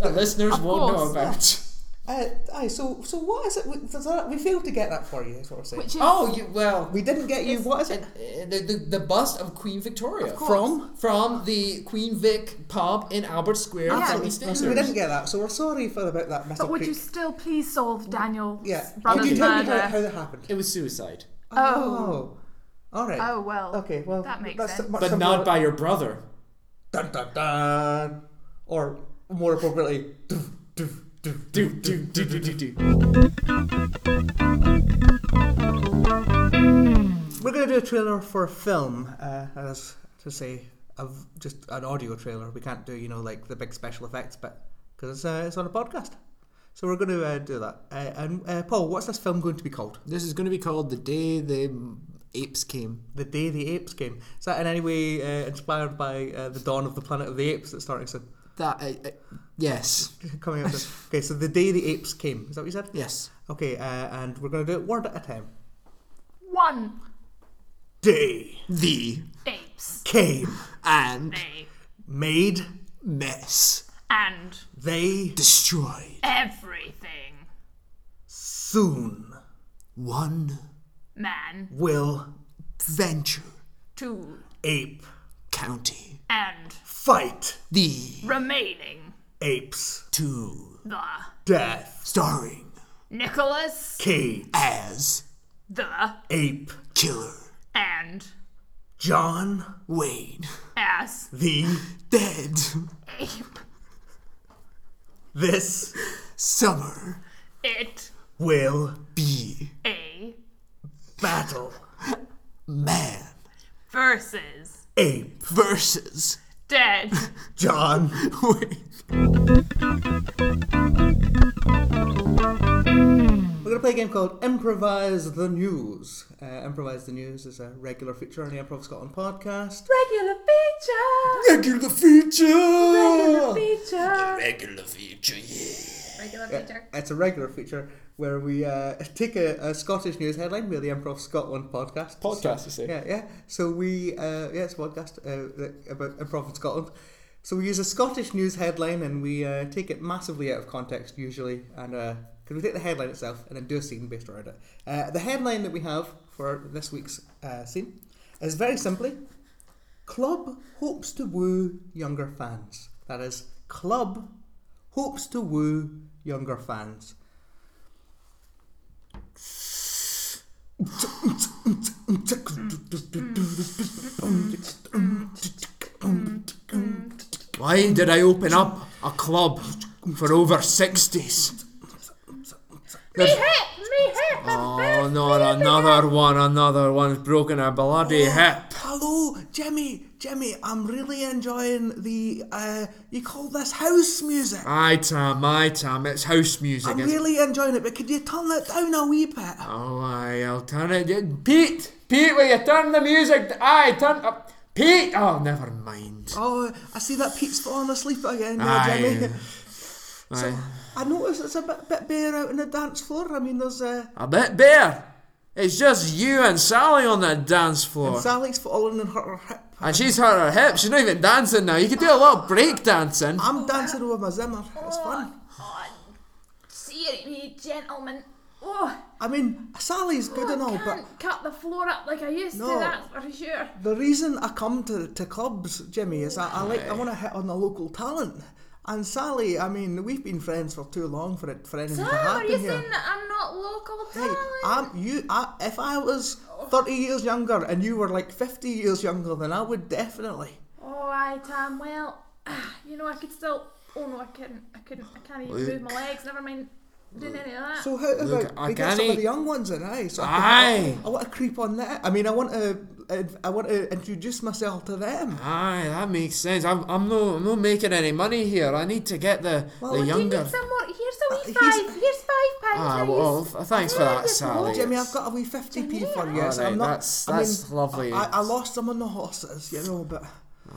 Speaker 2: that listeners
Speaker 3: Of
Speaker 2: won't know
Speaker 3: course.
Speaker 2: about.
Speaker 1: Uh, aye, so so what is it? We, so we failed to get that for you. Is what we're saying.
Speaker 3: Which is
Speaker 2: Oh, you, well,
Speaker 1: we didn't get you. What is it?
Speaker 2: uh, the, the, the bust of Queen Victoria.
Speaker 3: course.
Speaker 1: From
Speaker 2: From the Queen Vic pub in Albert Square,
Speaker 3: Yeah.
Speaker 2: from
Speaker 3: Absolutely.
Speaker 2: East
Speaker 1: so we
Speaker 2: Enders.
Speaker 1: didn't get that. So we're sorry for about that. Metal
Speaker 3: But would
Speaker 1: Creek.
Speaker 3: you still please solve Daniel's
Speaker 1: Yeah. Would you
Speaker 3: brother's
Speaker 1: tell me how, how
Speaker 3: murder?
Speaker 1: that happened?
Speaker 2: It was suicide,
Speaker 1: Oh. All right.
Speaker 3: Oh well.
Speaker 1: Okay. Well,
Speaker 3: that makes
Speaker 1: that's
Speaker 3: sense.
Speaker 1: much
Speaker 2: but
Speaker 1: simpler.
Speaker 2: not by your brother.
Speaker 1: Dun dun dun. Or more appropriately, doof, doof, doof,
Speaker 2: Do,
Speaker 1: doof.
Speaker 2: do, do, do, do, do.
Speaker 1: We're going to do a trailer for a film, uh, as to say, of just an audio trailer. We can't do, you know, like the big special effects bit because it's, uh, it's on a podcast. So we're going to uh, do that. Uh, and uh, Paul, what's this film going to be called?
Speaker 2: This is going to be called The Day the Apes Came.
Speaker 1: The Day the Apes Came. Is that in any way uh, inspired by uh, the dawn of the Planet of the Apes that's starting soon?
Speaker 2: That, uh, uh, yes.
Speaker 1: Coming up. soon. okay, so the day the apes came. Is that what you said?
Speaker 2: Yes.
Speaker 1: Okay, uh, and we're going to do it word at a time.
Speaker 3: One
Speaker 1: Day
Speaker 2: The
Speaker 3: apes.
Speaker 1: came,
Speaker 2: and
Speaker 3: They
Speaker 1: made
Speaker 2: mess
Speaker 3: and
Speaker 1: they
Speaker 2: destroyed
Speaker 3: everything.
Speaker 1: soon
Speaker 2: one
Speaker 3: Man
Speaker 1: will
Speaker 2: venture
Speaker 3: two
Speaker 1: ape
Speaker 2: county.
Speaker 3: and
Speaker 1: fight
Speaker 2: The
Speaker 3: remaining
Speaker 1: apes
Speaker 2: two
Speaker 3: the
Speaker 1: death.
Speaker 2: starring
Speaker 3: Nicholas
Speaker 1: Cage
Speaker 2: as
Speaker 3: the
Speaker 1: ape
Speaker 2: killer
Speaker 3: and
Speaker 1: John
Speaker 2: Wayne
Speaker 3: as
Speaker 1: the
Speaker 2: dead
Speaker 3: ape.
Speaker 1: this
Speaker 2: summer
Speaker 3: It
Speaker 1: will
Speaker 2: be
Speaker 3: a
Speaker 1: battle
Speaker 2: man
Speaker 3: versus
Speaker 1: ape
Speaker 2: versus
Speaker 3: dead.
Speaker 1: John
Speaker 2: Wayne.
Speaker 1: We're going to play a game called Improvise the News. Uh, Improvise the News is a regular feature on the Improv Scotland podcast.
Speaker 3: Regular feature.
Speaker 2: Regular feature.
Speaker 3: feature.
Speaker 2: Regular feature. Yeah.
Speaker 3: Regular feature.
Speaker 1: It's a regular feature where we uh, take a, a Scottish news headline. We're the Improv Scotland podcast.
Speaker 2: Podcast, you say?
Speaker 1: Yeah, yeah. So we, uh, yeah, it's a podcast uh, that- about improv in Scotland. So we use a Scottish news headline and we uh, take it massively out of context usually, and uh 'cause we take the headline itself and then do a scene based around it. Uh, the headline that we have for this week's uh, scene is very simply: Club hopes to woo younger fans. That is, club hopes to woo younger fans.
Speaker 2: Why did I open up a club for over 60s?
Speaker 3: Me hit. Me hit.
Speaker 2: Oh, not another one, another one's broken a bloody hip.
Speaker 1: Hello, Jimmy. Jimmy, I'm really enjoying the. Uh, you call this house music?
Speaker 2: Aye, Tam, aye, Tam, it's house music.
Speaker 1: I'm
Speaker 2: it's-
Speaker 1: really enjoying it, but could you turn that down a wee bit?
Speaker 2: Oh, aye, I'll turn it. d- Pete! Pete, will you turn the music? d- Aye, turn up. Pete! Oh, never mind.
Speaker 1: Oh, I see that Pete's falling asleep again, there,
Speaker 2: Aye.
Speaker 1: Jimmy.
Speaker 2: Aye.
Speaker 1: I notice it's a bit, bit bare out on the dance floor. I mean, there's uh,
Speaker 2: A bit bare. It's just you and Sally on that dance floor. And,
Speaker 1: Sally's falling and hurt her hip.
Speaker 2: she's hurt her hip. She's not even dancing now. You could do a lot of break dancing.
Speaker 1: I'm dancing with my Zimmer. It's fun.
Speaker 3: See it, me gentlemen. Oh,
Speaker 1: I mean, Sally's good
Speaker 3: I
Speaker 1: and all, but
Speaker 3: can't cut the floor up like I used
Speaker 1: No.
Speaker 3: to. That's for sure.
Speaker 1: The reason I come to, to clubs, Jimmy, is I, I like I want to hit on the local talent. And Sally, I mean, we've been friends for too long for it for anything to
Speaker 3: So, are
Speaker 1: happen
Speaker 3: Ah, you
Speaker 1: here.
Speaker 3: saying that I'm not local
Speaker 1: Hey,
Speaker 3: talent?
Speaker 1: I'm you. I, if I was thirty years younger and you were like fifty years younger, then I would definitely.
Speaker 3: All right, um, well, you know I could still. Oh no, I couldn't. I couldn't. I can't even move my legs. Never mind doing any of that.
Speaker 1: So how about
Speaker 2: I
Speaker 1: we get some of
Speaker 2: can't-
Speaker 1: the young ones in, aye? So I,
Speaker 2: Aye.
Speaker 1: I, want to creep on that. I mean, I want to. I want to introduce myself to them.
Speaker 2: Aye, that makes sense. I'm, I'm no, I'm not making any money here. I need to get the,
Speaker 1: Well,
Speaker 2: the
Speaker 1: what do you
Speaker 3: Do Oh, you
Speaker 2: younger.
Speaker 3: need some more? Here's a wee
Speaker 1: Uh, he's-
Speaker 3: five. Here's five pounds.
Speaker 2: Ah,
Speaker 3: Now you
Speaker 2: well,
Speaker 3: s-
Speaker 2: th- thanks for that, Sally.
Speaker 1: Jimmy, I've got a wee fifty p for you.
Speaker 2: All
Speaker 1: so
Speaker 2: right,
Speaker 1: I'm not,
Speaker 2: that's-
Speaker 1: I mean,
Speaker 2: that's lovely.
Speaker 1: I, I lost some on the horses, you know, but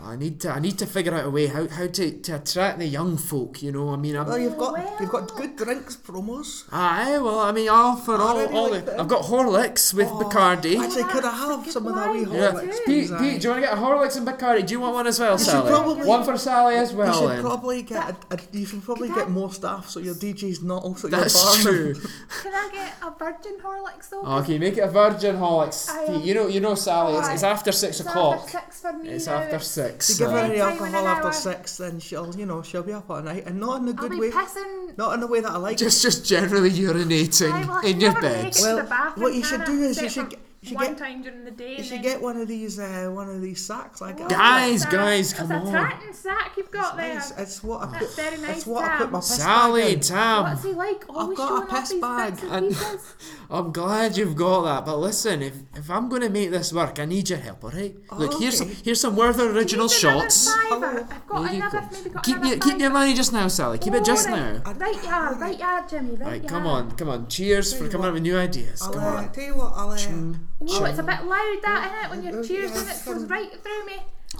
Speaker 2: I need to I need to figure out a way how, how to, to attract the young folk, you know. I mean I'm
Speaker 1: Well, you've got you've got
Speaker 3: Well.
Speaker 1: good drinks promos.
Speaker 2: Aye, well I mean all for all,
Speaker 1: Oh, really
Speaker 2: all
Speaker 1: like
Speaker 2: the,
Speaker 1: them.
Speaker 2: I've got Horlicks with Bacardi.
Speaker 1: Actually, could I have some of that wee
Speaker 3: Yeah.
Speaker 2: Eh? Yeah.
Speaker 1: Horlicks?
Speaker 2: Pete,
Speaker 1: please, aye?
Speaker 2: Pete, do you want to get a Horlicks and Bacardi? Do you want one as well,
Speaker 1: You should
Speaker 2: Sally?
Speaker 1: probably-
Speaker 2: one for Sally as
Speaker 1: You
Speaker 2: well.
Speaker 1: should
Speaker 2: Then.
Speaker 1: probably get a, a, you should probably
Speaker 3: Could I-
Speaker 1: get more staff so your DJ's not also
Speaker 2: That's
Speaker 1: your
Speaker 2: true.
Speaker 1: barman.
Speaker 3: Can I get a virgin Horlicks though?
Speaker 2: okay, make it a Virgin Horlicks.
Speaker 3: I
Speaker 2: Pete.
Speaker 3: am-
Speaker 2: You know, you know, Sally. It's, it's
Speaker 3: Aye.
Speaker 2: after six
Speaker 3: It's
Speaker 2: o'clock.
Speaker 3: after six for me.
Speaker 2: It's
Speaker 3: now.
Speaker 2: after six.
Speaker 1: If you give her
Speaker 2: so-
Speaker 1: any
Speaker 3: Time in an
Speaker 1: alcohol after
Speaker 3: hour.
Speaker 1: six, then she'll you know she'll be up all night, and not in a
Speaker 3: I'll
Speaker 1: good
Speaker 3: be
Speaker 1: way.
Speaker 3: pissing.
Speaker 1: Not in a way that I like.
Speaker 2: Just, just generally
Speaker 3: Aye,
Speaker 2: urinating
Speaker 3: well, I
Speaker 2: in
Speaker 3: can
Speaker 2: your
Speaker 3: never make
Speaker 2: bed.
Speaker 3: it.
Speaker 1: well,
Speaker 3: the bathroom,
Speaker 1: what you should
Speaker 3: Hannah,
Speaker 1: do is you
Speaker 3: except
Speaker 1: should
Speaker 3: for
Speaker 1: get, you should
Speaker 3: one
Speaker 1: get
Speaker 3: time during the day.
Speaker 1: you
Speaker 3: and
Speaker 1: should
Speaker 3: then-
Speaker 1: get one of these uh, one of these sacks like
Speaker 3: Oh,
Speaker 2: Guys,
Speaker 3: that's a-
Speaker 2: guys, come
Speaker 3: that's
Speaker 2: on.
Speaker 3: a tartan sack you've got there.
Speaker 1: It's, it's what I put.
Speaker 3: That's very nice,
Speaker 1: it's what I put my
Speaker 3: Sam.
Speaker 1: piss
Speaker 2: Sally,
Speaker 1: bag in.
Speaker 2: Tam,
Speaker 3: What's he like? Always
Speaker 1: got a
Speaker 3: showing
Speaker 1: piss
Speaker 3: off these
Speaker 1: bag
Speaker 3: bits and
Speaker 2: and-
Speaker 3: pieces.
Speaker 2: I'm glad you've got that. But listen, if if I'm going to make this work, I need your help. All right? Look, here's some
Speaker 1: Oh, Okay.
Speaker 2: here's some Werther original
Speaker 3: Here's
Speaker 2: shots.
Speaker 3: Another fiver.
Speaker 1: Oh.
Speaker 3: I've
Speaker 2: There
Speaker 3: got
Speaker 2: you
Speaker 3: another.
Speaker 2: go.
Speaker 3: Maybe got
Speaker 2: Keep
Speaker 3: another
Speaker 2: your keep your
Speaker 3: fiver.
Speaker 2: money just now, Sally. Keep it just
Speaker 3: All
Speaker 2: now.
Speaker 3: right. Right, yeah, right, yeah, Jimmy. Right,
Speaker 2: Right,
Speaker 3: yeah.
Speaker 2: come on, come on. Cheers for coming up with new ideas.
Speaker 1: I'll
Speaker 2: Come
Speaker 1: uh,
Speaker 2: on.
Speaker 1: tell you what. I'll. Uh,
Speaker 3: Oh, it's a bit loud that, isn't it? When
Speaker 1: Oh,
Speaker 3: you're cheersing,
Speaker 1: yes.
Speaker 3: it goes right through me.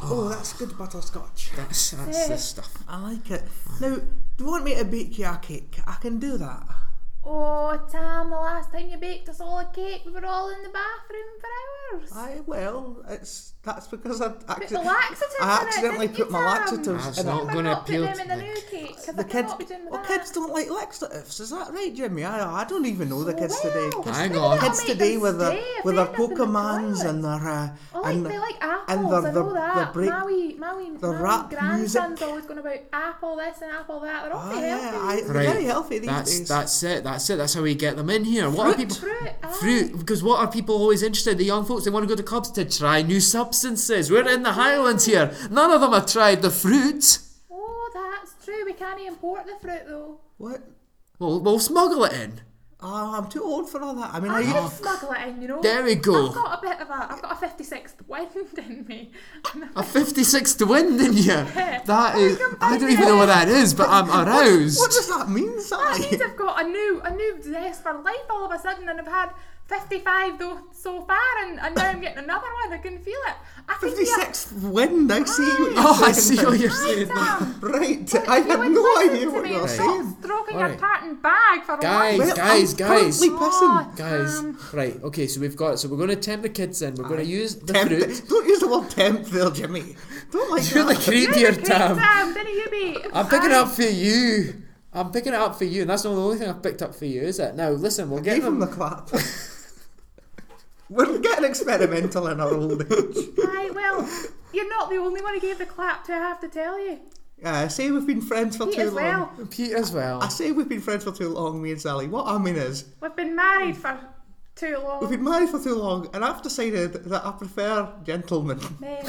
Speaker 1: oh, that's good butterscotch.
Speaker 2: That's, that's the stuff.
Speaker 1: I like it. Now, do you want me to bake you a cake? I can do that.
Speaker 3: Oh, Tam, the last time you baked us all a cake, we were all in the bathroom for hours.
Speaker 1: I will. It's that's because I
Speaker 3: Put the
Speaker 1: accidentally.
Speaker 3: laxatives
Speaker 1: I
Speaker 3: in it,
Speaker 1: accidentally
Speaker 3: didn't you,
Speaker 1: put my
Speaker 3: Tam?
Speaker 1: laxatives
Speaker 2: That's
Speaker 1: in
Speaker 2: not
Speaker 1: it.
Speaker 3: Remember
Speaker 2: gonna
Speaker 3: not put
Speaker 2: appeal
Speaker 3: them
Speaker 2: to
Speaker 3: in the
Speaker 2: the
Speaker 3: new cake, 'cause
Speaker 1: The
Speaker 3: I forgot
Speaker 1: kids,
Speaker 3: we didn't
Speaker 1: well,
Speaker 3: that.
Speaker 1: kids don't like laxatives. Is that right, Jimmy? I, I don't even know the kids today.
Speaker 3: Oh, Well,
Speaker 1: Kids,
Speaker 2: Hang
Speaker 3: maybe
Speaker 2: on.
Speaker 3: that'll
Speaker 1: kids
Speaker 3: make
Speaker 1: today
Speaker 3: them
Speaker 1: with their
Speaker 3: stay if
Speaker 1: with
Speaker 3: they
Speaker 1: their
Speaker 3: end up in the
Speaker 1: Pokemans
Speaker 3: toilet.
Speaker 1: and their uh,
Speaker 3: I like,
Speaker 1: and
Speaker 3: they like apples,
Speaker 1: and
Speaker 3: I
Speaker 1: the-
Speaker 3: know
Speaker 1: the-
Speaker 3: that.
Speaker 1: the break-
Speaker 3: my wee, my wee, my wee
Speaker 1: rap
Speaker 3: grandson's
Speaker 1: music.
Speaker 3: always going about apple this and apple that. They're all
Speaker 1: oh,
Speaker 3: very
Speaker 1: yeah,
Speaker 3: healthy.
Speaker 1: I, they're
Speaker 2: Right.
Speaker 1: very healthy these
Speaker 2: that's
Speaker 1: days.
Speaker 2: that's it. That's it. That's how we get them in here. What are people?
Speaker 3: Fruit, aye.
Speaker 2: Fruit, because what are people always interested? The young folks they want to go to clubs to try new substances. We're in the Highlands here. None of them have tried the fruit.
Speaker 3: Oh, that's true. We can't import the fruit though.
Speaker 1: What?
Speaker 2: Well, we'll smuggle it in.
Speaker 1: Oh, I'm too old for all that. I mean,
Speaker 3: I
Speaker 1: are you?
Speaker 3: can smuggle it in, you know.
Speaker 2: There we go.
Speaker 3: I've got a bit of a, I've got a 56th wind in me.
Speaker 2: A 56 to win, didn't you? That is.
Speaker 3: can
Speaker 2: I
Speaker 3: find
Speaker 2: don't even know
Speaker 3: it.
Speaker 2: what that is, but I'm aroused.
Speaker 1: What does that mean, Sally?
Speaker 3: That means I've got a new, a new zest for life all of a sudden, and I've had 55 though so far, and, and now I'm getting another one. I can feel it. I can
Speaker 1: Fifty sixth wind. I see what you're
Speaker 2: Oh, I
Speaker 1: saying
Speaker 2: see what
Speaker 1: there.
Speaker 2: you're
Speaker 3: Feel it.
Speaker 2: saying.
Speaker 3: Right, Sam.
Speaker 1: Right,
Speaker 3: Look,
Speaker 1: I
Speaker 3: if you
Speaker 1: had
Speaker 3: would
Speaker 1: no
Speaker 3: listen
Speaker 1: idea
Speaker 3: to
Speaker 1: what
Speaker 3: me,
Speaker 1: you were
Speaker 3: stop
Speaker 1: saying.
Speaker 3: stroking
Speaker 2: Alright.
Speaker 3: your tartan bag for
Speaker 2: Guys,
Speaker 3: once.
Speaker 1: Well,
Speaker 2: guys,
Speaker 1: I'm
Speaker 2: guys.
Speaker 1: currently pissing.
Speaker 3: Oh,
Speaker 2: Guys,
Speaker 3: um,
Speaker 2: right, okay, so we've got so we're gonna tempt the kids in. We're gonna use the
Speaker 1: Tempt-
Speaker 2: fruit.
Speaker 1: Don't use the word tempt there, Jimmy. Don't like
Speaker 2: You're the
Speaker 1: that.
Speaker 3: you're the
Speaker 2: creepier
Speaker 3: creep,
Speaker 2: Tam.
Speaker 3: Sam. Didn't you be?
Speaker 2: I'm picking it up for you. I'm picking it up for you, and that's not the only thing I've picked up for you, is it? Now listen, we'll get
Speaker 1: Give him
Speaker 2: them.
Speaker 1: the clap. We're getting experimental in our old age.
Speaker 3: Aye, well, you're not the only one who gave the clap to. I have to tell you,
Speaker 1: Yeah, I say we've been friends for
Speaker 3: Pete
Speaker 1: too
Speaker 3: as
Speaker 1: long.
Speaker 3: well.
Speaker 2: Pete as well.
Speaker 1: I say we've been friends for too long, me and Sally. What I mean is,
Speaker 3: We've been married for too long.
Speaker 1: we've been married for too long, and I've decided that I prefer gentlemen.
Speaker 3: Men.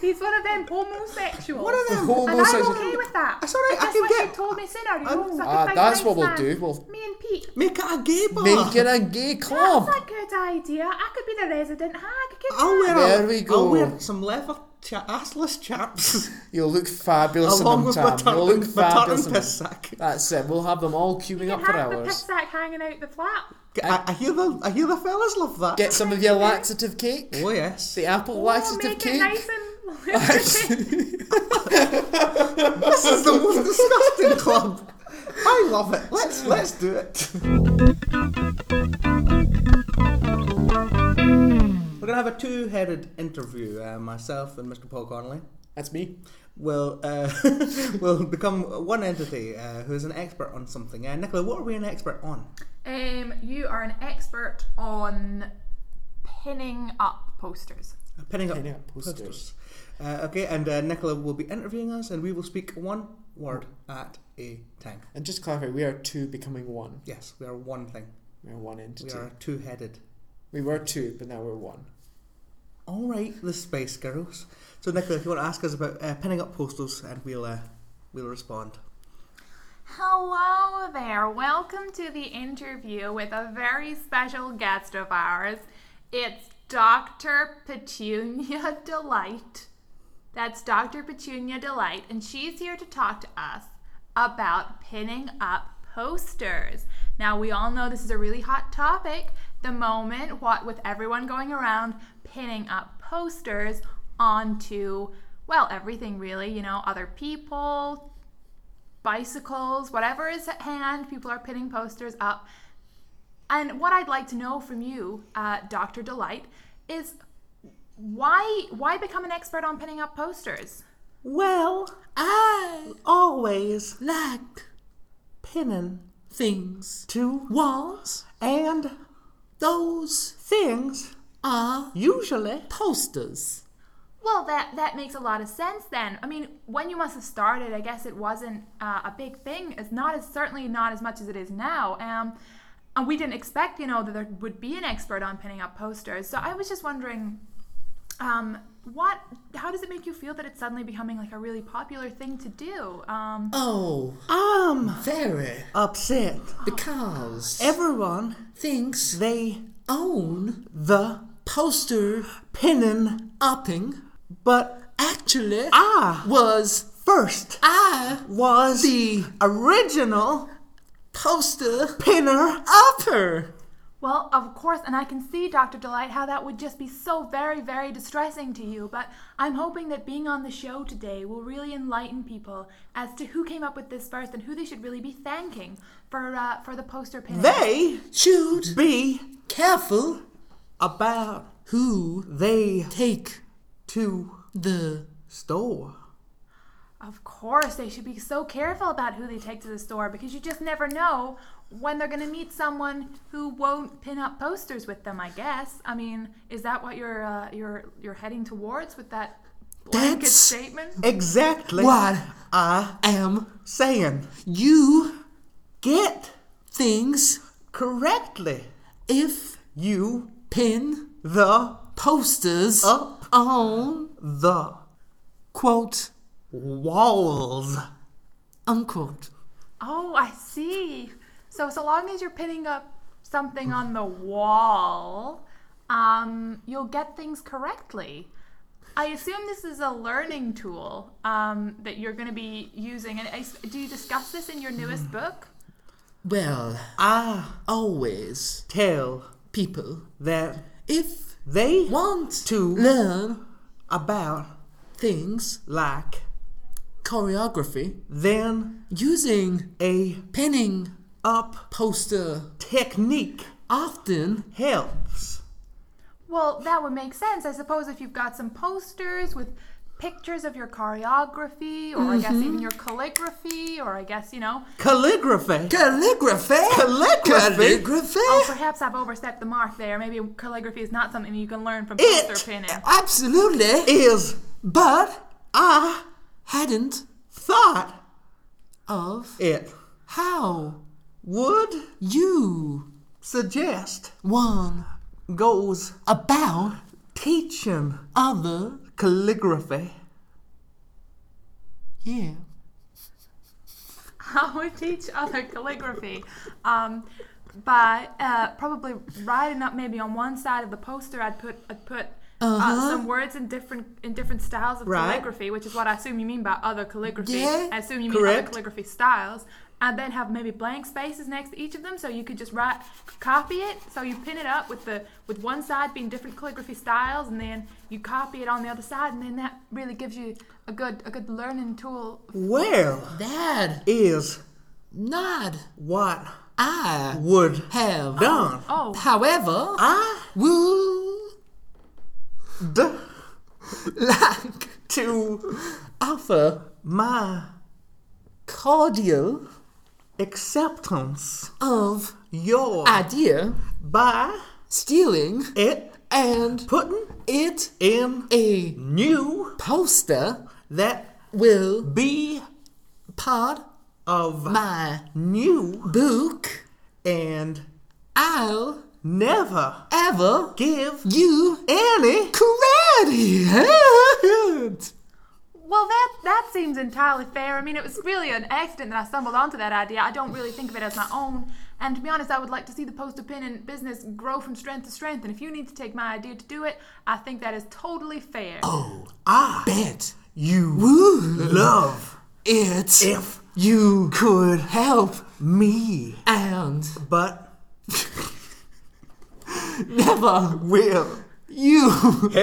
Speaker 3: He's one of them homosexuals.
Speaker 1: One of them.
Speaker 3: And I'm
Speaker 2: Homosexual.
Speaker 3: okay with that.
Speaker 1: That's all right, I
Speaker 3: That's
Speaker 1: can
Speaker 3: what
Speaker 1: get-
Speaker 3: you told me sooner. You know,
Speaker 1: I'm-
Speaker 3: 'cause I could
Speaker 2: Ah,
Speaker 3: find a
Speaker 2: that's
Speaker 3: nice
Speaker 2: what we'll
Speaker 3: man.
Speaker 2: do. We'll
Speaker 3: Me and Pete.
Speaker 1: Make it a gay bar.
Speaker 2: make it a gay club.
Speaker 3: That's a good idea. I could be the resident hag. Good
Speaker 1: Oh. I'll wear.
Speaker 2: There
Speaker 1: a,
Speaker 2: we
Speaker 1: I'll
Speaker 2: go.
Speaker 1: wear some leather cha- assless chaps
Speaker 2: You'll look fabulous in
Speaker 1: along
Speaker 2: them,
Speaker 1: with my
Speaker 2: Tam. You'll look
Speaker 1: tartan, my
Speaker 2: fabulous.
Speaker 1: tartan
Speaker 2: in
Speaker 1: piss
Speaker 2: them.
Speaker 1: sack.
Speaker 2: That's it. We'll have them all queuing
Speaker 3: You
Speaker 2: up
Speaker 3: can
Speaker 2: for
Speaker 3: have the piss
Speaker 2: hours.
Speaker 3: sack hanging out the flap.
Speaker 1: I, I hear the I hear the fellas love that.
Speaker 2: Get some of your laxative cake.
Speaker 1: oh yes.
Speaker 2: The apple
Speaker 3: Oh,
Speaker 2: laxative
Speaker 3: make
Speaker 2: cake.
Speaker 3: it nice and.
Speaker 1: This is the most disgusting club. I love it. Let's let's do it. We're gonna have a two-headed interview. Uh, myself and Mr. Paul Connolly
Speaker 2: That's me.
Speaker 1: will uh, will become one entity uh, who is an expert on something. Uh, Nicola, what are we an expert on?
Speaker 3: um, you are an expert on pinning up posters.
Speaker 1: Pinning up,
Speaker 2: Pinning up posters.
Speaker 1: Uh, okay, and uh, Nicola will be interviewing us, and we will speak one word at a time.
Speaker 2: And just to clarify, we are two becoming one.
Speaker 1: Yes, we are one thing.
Speaker 2: We are one
Speaker 1: We
Speaker 2: entity.
Speaker 1: are two-headed.
Speaker 2: We were two, but now we're one.
Speaker 1: All right, the Space Girls. So, Nicola, if you want to ask us about uh, pinning up postals, and we'll uh, we'll respond.
Speaker 3: Hello there. Welcome to the interview with a very special guest of ours. It's Dr. Petunia Delight. That's Dr. Petunia Delight, and she's here to talk to us about pinning up posters. Now, we all know this is a really hot topic the moment, what with everyone going around pinning up posters onto, well, everything really, you know, other people, bicycles, whatever is at hand. People are pinning posters up. And what I'd like to know from you, uh, Dr. Delight, is why why become an expert on pinning up posters?
Speaker 1: Well,
Speaker 2: I
Speaker 1: always
Speaker 2: like
Speaker 1: pinning
Speaker 2: things.
Speaker 1: to
Speaker 2: Walls,
Speaker 1: and
Speaker 2: those
Speaker 1: things
Speaker 2: are
Speaker 1: usually
Speaker 2: posters.
Speaker 3: Well, that that makes a lot of sense then. I mean, when you must have started, I guess it wasn't uh, a big thing. It's not as certainly not as much as it is now. Um, and we didn't expect, you know, that there would be an expert on pinning up posters. So I was just wondering, um, what? How does it make you feel that it's suddenly becoming like a really popular thing to do? Um,
Speaker 2: Oh,
Speaker 1: I'm
Speaker 2: very.
Speaker 1: upset.
Speaker 2: Because
Speaker 1: Everyone
Speaker 2: thinks
Speaker 1: they
Speaker 2: own
Speaker 1: the
Speaker 2: poster
Speaker 1: pinning,
Speaker 2: upping
Speaker 1: but
Speaker 2: actually
Speaker 1: I
Speaker 2: was
Speaker 1: first
Speaker 2: I
Speaker 1: was
Speaker 2: the
Speaker 1: original
Speaker 2: poster
Speaker 1: pinner.
Speaker 2: upper.
Speaker 3: Well, of course, and I can see, Dr. Delight, how that would just be so very, very distressing to you, but I'm hoping that being on the show today will really enlighten people as to who came up with this first and who they should really be thanking for uh, for the poster pin.
Speaker 1: They
Speaker 2: Should
Speaker 1: be
Speaker 2: careful
Speaker 1: about
Speaker 2: who
Speaker 1: they
Speaker 2: take
Speaker 1: to
Speaker 2: the
Speaker 1: store.
Speaker 3: Of course, they should be so careful about who they take to the store because you just never know when they're going to meet someone who won't pin up posters with them, I guess. I mean, is that what you're uh, you're you're heading towards with that blanket
Speaker 2: That's-
Speaker 3: statement?
Speaker 1: Exactly
Speaker 2: what
Speaker 1: I
Speaker 2: am
Speaker 1: saying.
Speaker 2: you
Speaker 1: Get
Speaker 2: things
Speaker 1: correctly.
Speaker 2: if
Speaker 1: You
Speaker 2: pin
Speaker 1: the
Speaker 2: posters
Speaker 1: up
Speaker 2: on
Speaker 1: the
Speaker 2: quote
Speaker 1: walls.
Speaker 2: unquote.
Speaker 3: Oh, I see. So so long as you're pinning up something on the wall, um, you'll get things correctly. I assume this is a learning tool um, that you're going to be using. And I s do you discuss this in your newest book?
Speaker 2: Well,
Speaker 1: I
Speaker 2: always
Speaker 1: tell
Speaker 2: people
Speaker 1: that
Speaker 2: if
Speaker 1: they
Speaker 2: want
Speaker 1: To-
Speaker 2: learn
Speaker 1: about
Speaker 2: things
Speaker 1: like
Speaker 2: choreography
Speaker 1: then
Speaker 2: using
Speaker 1: a
Speaker 2: pinning
Speaker 1: up
Speaker 2: poster
Speaker 1: technique
Speaker 2: often
Speaker 1: helps.
Speaker 3: Well, that would make sense, I suppose, if you've got some posters with pictures of your choreography, or I guess even your calligraphy, or I guess, you know,
Speaker 1: Calligraphy. Calligraphy?
Speaker 2: calligraphy
Speaker 3: Oh,
Speaker 2: calligraphy
Speaker 3: perhaps I've overstepped the mark there. Maybe calligraphy is not something you can learn from
Speaker 1: It-
Speaker 3: poster pinning.
Speaker 2: absolutely
Speaker 1: is
Speaker 2: but
Speaker 1: I
Speaker 2: hadn't
Speaker 1: thought
Speaker 2: of
Speaker 1: it
Speaker 2: how
Speaker 1: would
Speaker 2: you
Speaker 1: suggest
Speaker 2: one
Speaker 1: goes
Speaker 2: about
Speaker 1: teaching
Speaker 2: other
Speaker 1: calligraphy.
Speaker 2: yeah
Speaker 3: How we teach other calligraphy. Um, by uh, probably writing up maybe on one side of the poster, I'd put I'd put uh
Speaker 2: Uh-huh.
Speaker 3: some words in different in different styles of
Speaker 1: Right.
Speaker 3: calligraphy, which is what I assume you mean by other calligraphy.
Speaker 2: Yeah,
Speaker 3: I assume you mean other
Speaker 1: correct.
Speaker 3: calligraphy styles. And then have maybe blank spaces next to each of them, so you could just write, copy it. So you pin it up with the with one side being different calligraphy styles, and then you copy it on the other side, and then that really gives you a good a good learning tool
Speaker 1: Well,
Speaker 2: that
Speaker 1: is
Speaker 2: not
Speaker 1: what
Speaker 2: I
Speaker 1: would
Speaker 2: have
Speaker 1: done.
Speaker 3: Oh,
Speaker 2: however
Speaker 1: I
Speaker 2: would
Speaker 1: d-
Speaker 2: like
Speaker 1: to
Speaker 2: offer
Speaker 1: my
Speaker 2: cordial
Speaker 1: acceptance
Speaker 2: of
Speaker 1: your
Speaker 2: idea
Speaker 1: by
Speaker 2: stealing
Speaker 1: it
Speaker 2: and
Speaker 1: putting
Speaker 2: it
Speaker 1: in
Speaker 2: a
Speaker 1: new
Speaker 2: poster
Speaker 1: that
Speaker 2: will
Speaker 1: be
Speaker 2: part
Speaker 1: of
Speaker 2: my
Speaker 1: new
Speaker 2: book
Speaker 1: and
Speaker 2: I'll
Speaker 1: never
Speaker 2: ever
Speaker 1: give
Speaker 2: you
Speaker 1: any
Speaker 2: credit.
Speaker 3: Well, that that seems entirely fair. I mean, it was really an accident that I stumbled onto that idea. I don't really think of it as my own. And to be honest, I would like to see the poster pinning business grow from strength to strength. And if you need to take my idea to do it, I think that is totally fair.
Speaker 1: I
Speaker 2: Bet
Speaker 1: you
Speaker 2: would
Speaker 1: love
Speaker 2: it
Speaker 1: if
Speaker 2: you
Speaker 1: could
Speaker 2: help
Speaker 1: me
Speaker 2: and
Speaker 1: but
Speaker 2: never
Speaker 1: will
Speaker 2: You.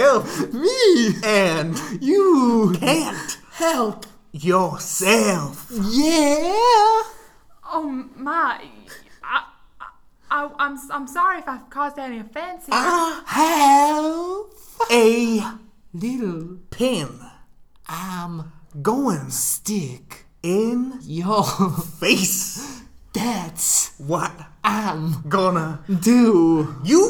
Speaker 1: Help
Speaker 2: Me.
Speaker 1: and
Speaker 2: You.
Speaker 1: can't
Speaker 2: Help.
Speaker 1: yourself.
Speaker 2: Yeah.
Speaker 3: Oh my! I, I, I'm I'm sorry if I've caused any offense here.
Speaker 2: Ah. Help.
Speaker 1: A
Speaker 2: Little
Speaker 1: pin
Speaker 2: um
Speaker 1: going
Speaker 2: stick.
Speaker 1: in
Speaker 2: Yo.
Speaker 1: face.
Speaker 2: That's
Speaker 1: What
Speaker 2: I'm
Speaker 1: gonna
Speaker 2: do
Speaker 1: you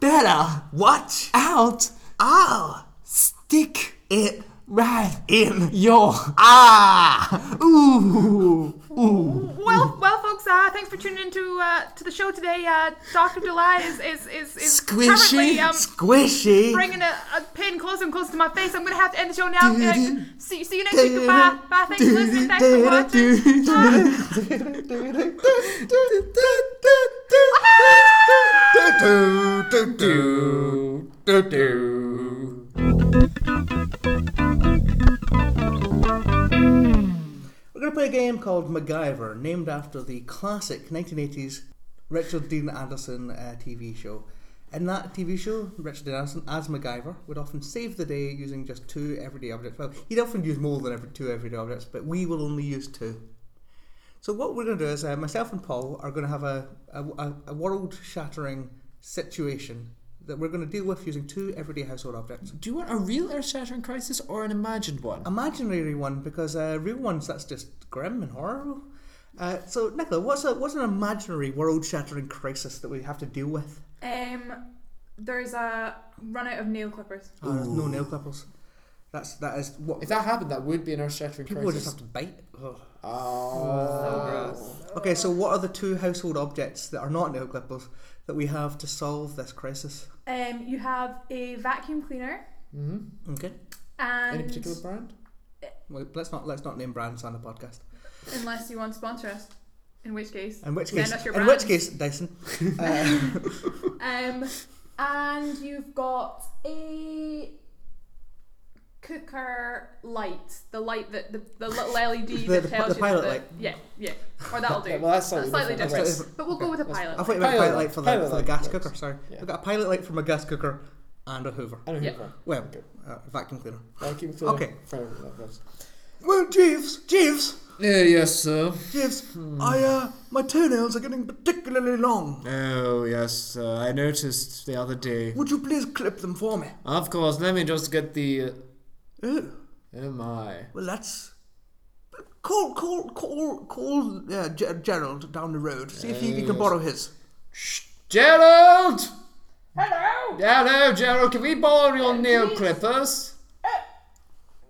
Speaker 2: better
Speaker 1: watch?
Speaker 2: out
Speaker 1: I'll
Speaker 2: stick
Speaker 1: it
Speaker 2: right
Speaker 1: in.
Speaker 2: yo
Speaker 1: Ah!
Speaker 2: ooh ooh
Speaker 3: Well, well, folks. Uh, thanks for tuning into uh, to the show today. Uh, Doctor Delight is is is, is
Speaker 2: Squishy.
Speaker 3: currently, um,
Speaker 1: Squishy.
Speaker 3: bringing a, a pin closer and closer to my face. I'm gonna have to end the show now. Uh,
Speaker 2: Doo-doo.
Speaker 3: see, see you next week. Goodbye. Bye. Thanks for listening. Thanks for watching.
Speaker 1: We're going to play a game called MacGyver, named after the classic 1980s Richard Dean Anderson uh, TV show. In that TV show, Richard Dean Anderson, as MacGyver, would often save the day using just two everyday objects. Well, he'd often use more than every two everyday objects, but we will only use two. So what we're going to do is uh, myself and Paul are going to have a, a, a- a world-shattering situation that we're going to deal with using two everyday household objects.
Speaker 2: Do you want a real earth shattering crisis or an imagined one?
Speaker 1: Imaginary one because uh, real ones that's just grim and horrible. Uh, so Nicola, what's a what's an imaginary world-shattering crisis that we have to deal with?
Speaker 3: Um, there's a run out of nail clippers.
Speaker 1: Uh, no nail clippers. That's that is what
Speaker 2: If that happened, that would be an earth shattering
Speaker 1: people would just have
Speaker 2: crisis.
Speaker 1: to bite. Ugh.
Speaker 2: Oh.
Speaker 1: Okay, so what are the two household objects that are not nail clippers that we have to solve this crisis?
Speaker 3: Um, you have a vacuum cleaner
Speaker 1: Mm-hmm.
Speaker 2: hmm
Speaker 1: Okay,
Speaker 3: and
Speaker 2: Any particular brand?
Speaker 1: well, let's not let's not name brands on the podcast.
Speaker 3: unless you want to sponsor us, in which case,
Speaker 1: In which
Speaker 3: Send
Speaker 1: case,
Speaker 3: us your
Speaker 1: in which case,
Speaker 3: brands.
Speaker 1: Dyson. Uh,
Speaker 3: um, and you've got a cooker light, the light that the, the little LED
Speaker 1: The-
Speaker 3: that
Speaker 1: the-
Speaker 3: tells
Speaker 1: the
Speaker 3: you
Speaker 1: pilot
Speaker 3: that-
Speaker 1: light.
Speaker 3: Yeah, yeah, or that'll do.
Speaker 2: Yeah, well, that's slightly,
Speaker 3: Slightly
Speaker 1: that's
Speaker 2: different.
Speaker 1: slightly
Speaker 2: Yes.
Speaker 1: different.
Speaker 3: but we'll go with a
Speaker 2: That's-
Speaker 1: I
Speaker 3: pilot.
Speaker 1: thought you meant
Speaker 2: Pilot
Speaker 1: pilot
Speaker 2: light.
Speaker 1: light for the,
Speaker 2: Pilot
Speaker 1: for the
Speaker 2: light,
Speaker 1: gas
Speaker 2: yes.
Speaker 1: cooker. Sorry,
Speaker 2: Yeah.
Speaker 1: we've got a pilot light from a gas cooker and a Hoover.
Speaker 2: I don't
Speaker 3: Yeah.
Speaker 2: know. who
Speaker 1: Well,
Speaker 2: Okay.
Speaker 1: uh, vacuum cleaner.
Speaker 2: I keep it clear.
Speaker 1: Okay.
Speaker 2: Fair enough, that's-
Speaker 1: Well, Jeeves, Jeeves,
Speaker 2: Yeah, yes, sir.
Speaker 1: Jeeves. I uh, my toenails are getting particularly long.
Speaker 2: Oh, yes, uh, I noticed the other day.
Speaker 1: Would you please clip them for me?
Speaker 2: Of course, let me just get the. Uh,
Speaker 1: Oh,
Speaker 2: oh my.
Speaker 1: well, that's. Call, call, call, call uh, Ger- Gerald down the road. See if he, he can borrow his.
Speaker 2: Shh. Gerald!
Speaker 3: Hello.
Speaker 2: Hello, Gerald, can we borrow your nail
Speaker 3: please.
Speaker 2: clippers?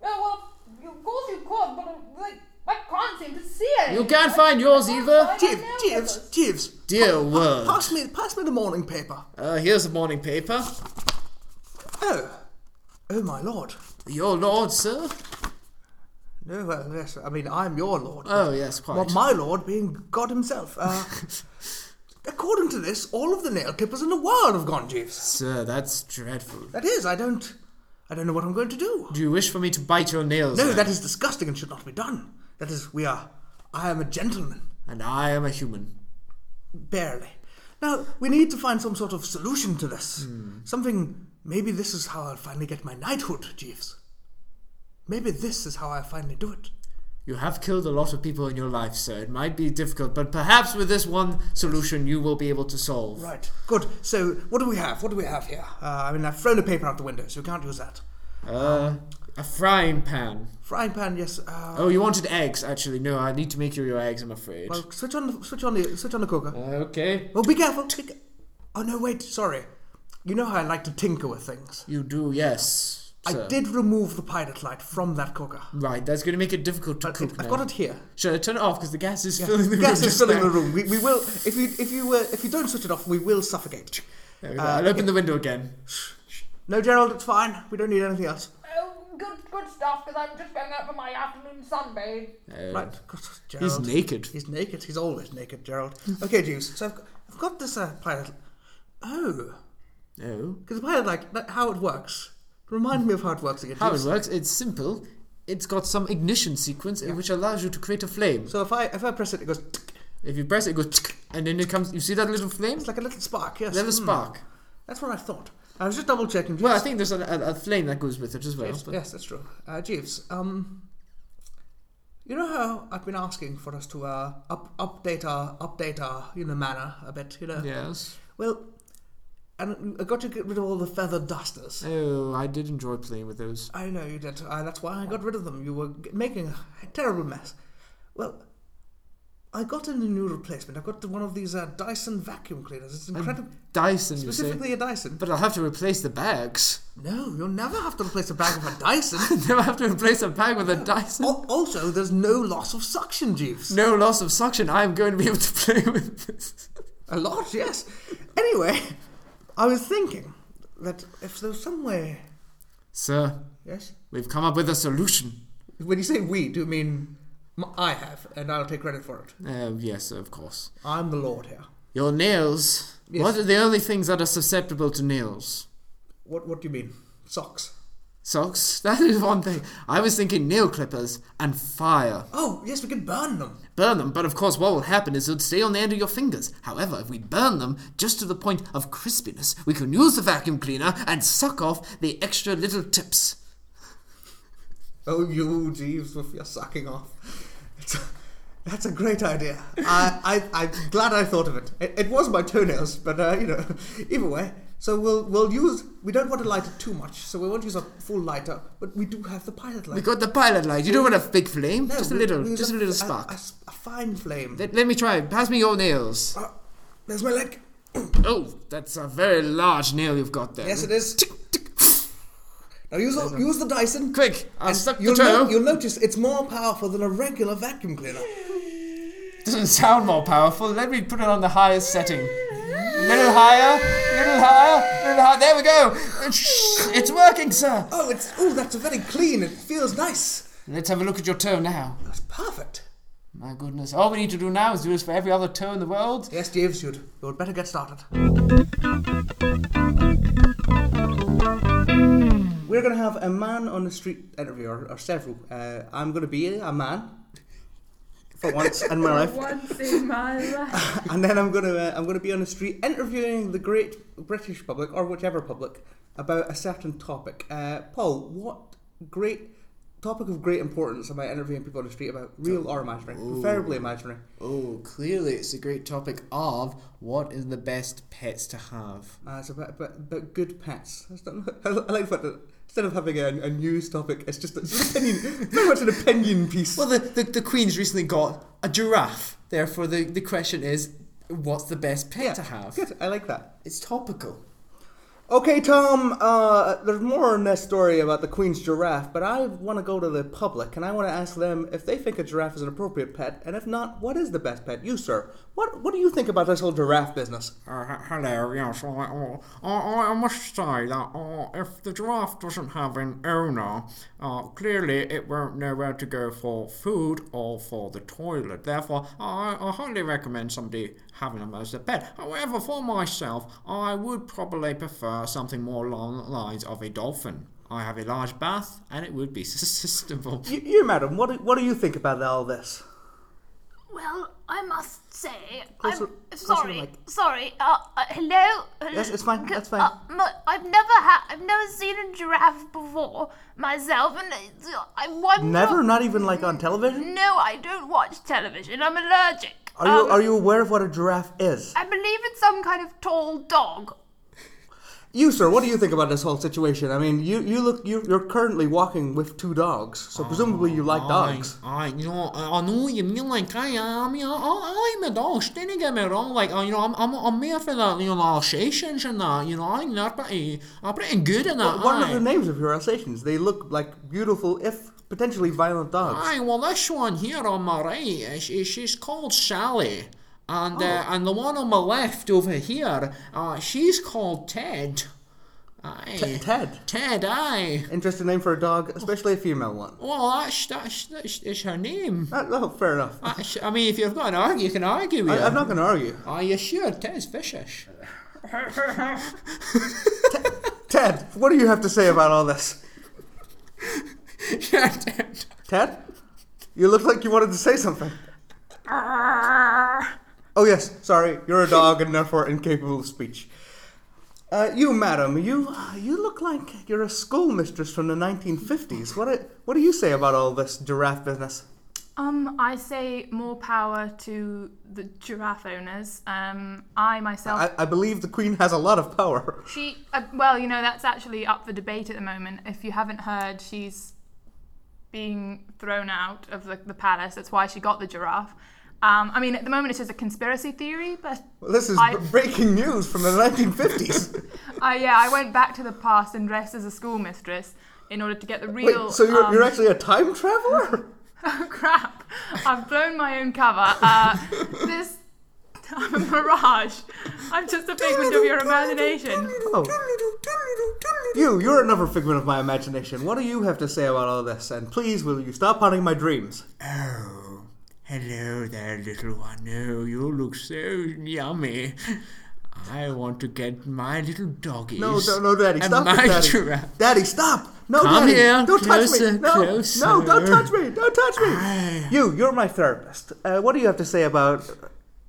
Speaker 3: well, of course you could, but like I can't seem to see it.
Speaker 2: You can't find yours either?
Speaker 1: Jeeves, Jeeves, Jeeves.
Speaker 2: Dear
Speaker 1: oh,
Speaker 2: word.
Speaker 1: Pass me, pass me the morning paper.
Speaker 2: Uh, here's the morning paper.
Speaker 1: Oh, oh my lord.
Speaker 2: Your lord, sir?
Speaker 1: No, well, yes. I mean, I'm your lord.
Speaker 2: Oh, yes, quite.
Speaker 1: Well, my lord being God himself. Uh, according to this, all of the nail clippers in the world have gone, Jeeves.
Speaker 2: Sir, that's dreadful.
Speaker 1: That is, I don't, I don't know what I'm going to do.
Speaker 2: Do you wish for me to bite your nails?
Speaker 1: No,
Speaker 2: sir?
Speaker 1: that is disgusting and should not be done. That is, we are. I am a gentleman,
Speaker 2: And I am a human.
Speaker 1: barely. Now we need to find some sort of solution to this. Something. Maybe this is how I'll finally get my knighthood, Jeeves. Maybe this is how I finally do it.
Speaker 2: You have killed a lot of people in your life, sir. It might be difficult, but perhaps with this one solution you will be able to solve.
Speaker 1: Right. Good. So, what do we have? What do we have here? Uh, I mean, I've thrown the paper out the window, so we can't use that.
Speaker 2: Uh, a frying pan.
Speaker 1: Frying pan, yes. Uh,
Speaker 2: Oh, you wanted eggs, actually. No, I need to make you your eggs, I'm afraid. Uh,
Speaker 1: well, switch on the switch on the switch on the cooker.
Speaker 2: Okay.
Speaker 1: Well, be careful. Be ca- oh no, wait. Sorry. You know how I like to tinker with things.
Speaker 2: You do, yes.
Speaker 1: I
Speaker 2: sir.
Speaker 1: did remove the pilot light from that cooker.
Speaker 2: Right, that's going to make it difficult to
Speaker 1: But
Speaker 2: cook
Speaker 1: it-
Speaker 2: now.
Speaker 1: I've got it here.
Speaker 2: Should I turn it off because the gas is filling the
Speaker 1: Gas
Speaker 2: room?
Speaker 1: is
Speaker 2: just
Speaker 1: filling
Speaker 2: now.
Speaker 1: the room. We, we will. If you if you uh, if you don't switch it off, we will suffocate.
Speaker 2: There we go. I'll open the window again.
Speaker 1: No, Gerald, it's fine. We don't need anything else.
Speaker 3: uh,
Speaker 4: Oh, good, good stuff. Because I'm just going out for my afternoon sunbathe.
Speaker 2: Uh,
Speaker 1: Right, God, Gerald.
Speaker 2: He's naked.
Speaker 1: He's naked. He's always naked, Gerald. Okay, Jeeves. So I've got, I've got this uh, pilot. Oh,
Speaker 2: Oh.
Speaker 1: because the pilot light. That, how it works. Remind me of how it works again.
Speaker 2: How
Speaker 1: Jeeves.
Speaker 2: it works, it's simple. It's got some ignition sequence in which allows you to create a flame.
Speaker 1: So if I if I press it, it goes. tick.
Speaker 2: If you press it, it goes, and then it comes. You see that little flame?
Speaker 1: It's like a little spark. Yes.
Speaker 2: Little
Speaker 1: Mm.
Speaker 2: spark.
Speaker 1: That's what I thought. I was just double checking.
Speaker 2: Well, I
Speaker 1: Jeeves.
Speaker 2: think there's a, a, a flame that goes with it as well.
Speaker 1: Yes,
Speaker 2: but-
Speaker 1: yes, that's true. Uh, Jeeves, um, you know how I've been asking for us to uh, up, update our update our you know manner a bit, you know.
Speaker 2: Yes.
Speaker 1: Well, and I got to get rid of all the feather dusters.
Speaker 2: Oh, I did enjoy playing with those.
Speaker 1: I know you did. Uh, that's why I got rid of them. You were g- making a terrible mess. Well, I got in a new replacement. I got one of these uh, Dyson vacuum cleaners. It's incredible.
Speaker 2: Dyson, you say?
Speaker 1: Specifically a Dyson.
Speaker 2: But I'll have to replace the bags.
Speaker 1: No, you'll never have to replace a bag with a Dyson.
Speaker 2: They'll have to replace a bag with a Dyson.
Speaker 1: Al- also, there's no loss of suction, Jeeves.
Speaker 2: No loss of suction. I am going to be able to play with this.
Speaker 1: A lot, yes. Anyway, I was thinking that if there's some way.
Speaker 2: Sir,
Speaker 1: Yes?
Speaker 2: we've come up with a solution.
Speaker 1: When you say we, do you mean m- I have, and I'll take credit for it?
Speaker 2: Oh, yes, of course.
Speaker 1: I'm the Lord here.
Speaker 2: Your nails.
Speaker 1: Yes.
Speaker 2: What are the only things that are susceptible to nails?
Speaker 1: What, what do you mean? Socks.
Speaker 2: Socks? That is one thing. I was thinking nail clippers and fire.
Speaker 1: Oh, yes, we can burn them.
Speaker 2: Burn them, but of course, what will happen is it'll stay on the end of your fingers. However, if we burn them just to the point of crispiness, we can use the vacuum cleaner and suck off the extra little tips.
Speaker 1: Oh, you Jeeves, with your sucking off. It's that's a great idea. I, I, I'm glad I thought of it. It, it was my toenails, but uh, you know, either way. So we'll we'll use. We don't want to light it too much, so we won't use a full lighter. But we do have the pilot
Speaker 2: We
Speaker 1: light.
Speaker 2: got the pilot light. You don't want a big flame,
Speaker 1: No,
Speaker 2: just a
Speaker 1: we-
Speaker 2: little,
Speaker 1: we use
Speaker 2: just a little spark.
Speaker 1: A, s- a fine flame.
Speaker 2: let, let me try. Pass me your nails.
Speaker 1: Ah, there's my leg.
Speaker 2: Oh, that's a very large nail you've got there.
Speaker 1: Yes, it is. Now use the, use the Dyson.
Speaker 2: Quick, I'll
Speaker 1: and
Speaker 2: suck the
Speaker 1: you'll,
Speaker 2: toe.
Speaker 1: no- you'll notice it's more powerful than a regular vacuum cleaner.
Speaker 2: Doesn't sound more powerful. Let me put it on the highest setting. Little higher, little higher, little higher. There we go. It's working, sir.
Speaker 1: Oh, it's oh, that's very clean. It feels nice.
Speaker 2: Let's have a look at your toe now.
Speaker 1: That's perfect.
Speaker 2: My goodness. All we need to do now is do this for every other toe in the world.
Speaker 1: Yes, Jeeves, you'd you'd better get started. We're gonna have a man on the street interview, or, or several. Uh, I'm gonna be a man for once in my life.
Speaker 3: Once in my life.
Speaker 1: and then I'm gonna uh, I'm gonna be on the street interviewing the great British public or whichever public about a certain topic. Uh, Paul, what great topic of great importance am I interviewing people on the street about, real or imaginary, preferably imaginary?
Speaker 2: Oh, clearly it's a great topic of what is the best pets to have.
Speaker 1: Uh, it's about, about, about good pets. That's not- I like that. that Instead of having a, a news topic, it's just it's an opinion. it's very much an opinion piece.
Speaker 2: Well, the, the, the Queen's recently got a giraffe. Therefore, the, the question is, what's the best pet
Speaker 1: Yeah,
Speaker 2: to have?
Speaker 1: Good. I like that.
Speaker 2: It's topical.
Speaker 1: Okay, Tom. Uh, there's more on this story about the Queen's giraffe, but I want to go to the public and I want to ask them if they think a giraffe is an appropriate pet, and if not, what is the best pet? You, sir. What What do you think about this whole giraffe business?
Speaker 5: Uh, h- hello, yes, I, I, I I must say that uh, if the giraffe doesn't have an owner, uh, clearly it won't know where to go for food or for the toilet. Therefore, I, I highly recommend somebody having them as a pet. However, for myself, I would probably prefer something more along the lines of a dolphin. I have a large bath and it would be sustainable.
Speaker 1: You, you madam. What do, What do you think about all this?
Speaker 6: Well, I must say,
Speaker 1: Closer-
Speaker 6: I'm
Speaker 1: closer to the
Speaker 6: sorry,
Speaker 1: mic.
Speaker 6: sorry. Uh, uh, hello.
Speaker 1: Yes, it's fine, that's fine.
Speaker 6: Uh, m- I've never had, I've never seen a giraffe before myself, and it's, uh, I wonder.
Speaker 1: Never. Not even like on television.
Speaker 6: No, I don't watch television. I'm allergic.
Speaker 1: Are you
Speaker 6: Um,
Speaker 1: Are you aware of what a giraffe is?
Speaker 6: I believe it's some kind of tall dog.
Speaker 1: You, sir. What do you think about this whole situation? I mean, you you look you You're currently walking with two dogs, so presumably you
Speaker 5: Oh
Speaker 1: like dogs.
Speaker 5: I, I, you know, uh, I I know what you mean. Like, I, I mean, I, I, I'm a dog. Don't get me wrong. Like, uh, you know, I'm, I'm, I'm here for the, you know, Alsatians and that. You know, I think they're pretty, are pretty good in that.
Speaker 1: What
Speaker 5: aye.
Speaker 1: are the names of your Alsatians? They look like beautiful, if potentially violent dogs.
Speaker 5: Aye, well, this one here on my right, uh, she, she's called Sally. And
Speaker 1: Oh.
Speaker 5: uh, and the one on my left over here, uh, she's called Ted. Aye.
Speaker 1: T- Ted.
Speaker 5: Ted, aye.
Speaker 1: Interesting name for a dog, especially a female one.
Speaker 5: Well, that's, that's, that's, that's her name.
Speaker 1: Uh, oh, fair enough. I,
Speaker 5: That's, I mean, if you've got an argue, you can argue with her.
Speaker 1: I'm not going to argue.
Speaker 5: Are you sure Ted's vicious?
Speaker 1: Ted, what do you have to say about all this?
Speaker 5: yeah, Ted.
Speaker 1: Ted, you look like you wanted to say something.
Speaker 7: Uh.
Speaker 1: Oh yes, sorry. You're a dog and therefore incapable of speech. Uh, you, madam, you you look like you're a schoolmistress from the 1950s. What do, what do you say about all this giraffe business?
Speaker 7: Um, I say more power to the giraffe owners. Um, I myself,
Speaker 1: I, I believe the queen has a lot of power.
Speaker 7: she, uh, well, you know, that's actually up for debate at the moment. If you haven't heard, she's being thrown out of the, the palace. That's why she got the giraffe. Um, I mean, at the moment, it's just a conspiracy theory, but
Speaker 1: Well, this is
Speaker 7: I-
Speaker 1: b- breaking news from the 1950s.
Speaker 7: I, yeah, I went back to the past and dressed as a schoolmistress in order to get the
Speaker 1: Wait,
Speaker 7: real.
Speaker 1: so you're,
Speaker 7: um,
Speaker 1: you're actually a time traveler?
Speaker 7: Oh crap! I've blown my own cover. Uh, this, I'm a mirage. I'm just a figment of your imagination.
Speaker 1: Oh. You, you're another figment of my imagination. What do you have to say about all this? And please, will you stop haunting my dreams?
Speaker 5: Oh, hello there, little one. Oh, you look so yummy. I want to get my little doggies.
Speaker 1: No, no, no, Daddy,
Speaker 5: and
Speaker 1: stop
Speaker 5: my
Speaker 1: it, Daddy.
Speaker 5: giraffe.
Speaker 1: Daddy, stop! No,
Speaker 5: Come
Speaker 1: Daddy,
Speaker 5: here,
Speaker 1: don't touch
Speaker 5: closer,
Speaker 1: me! No,
Speaker 5: closer.
Speaker 1: no, don't touch me! Don't touch me!
Speaker 5: Ah.
Speaker 1: You, you're my therapist. Uh, what do you have to say about,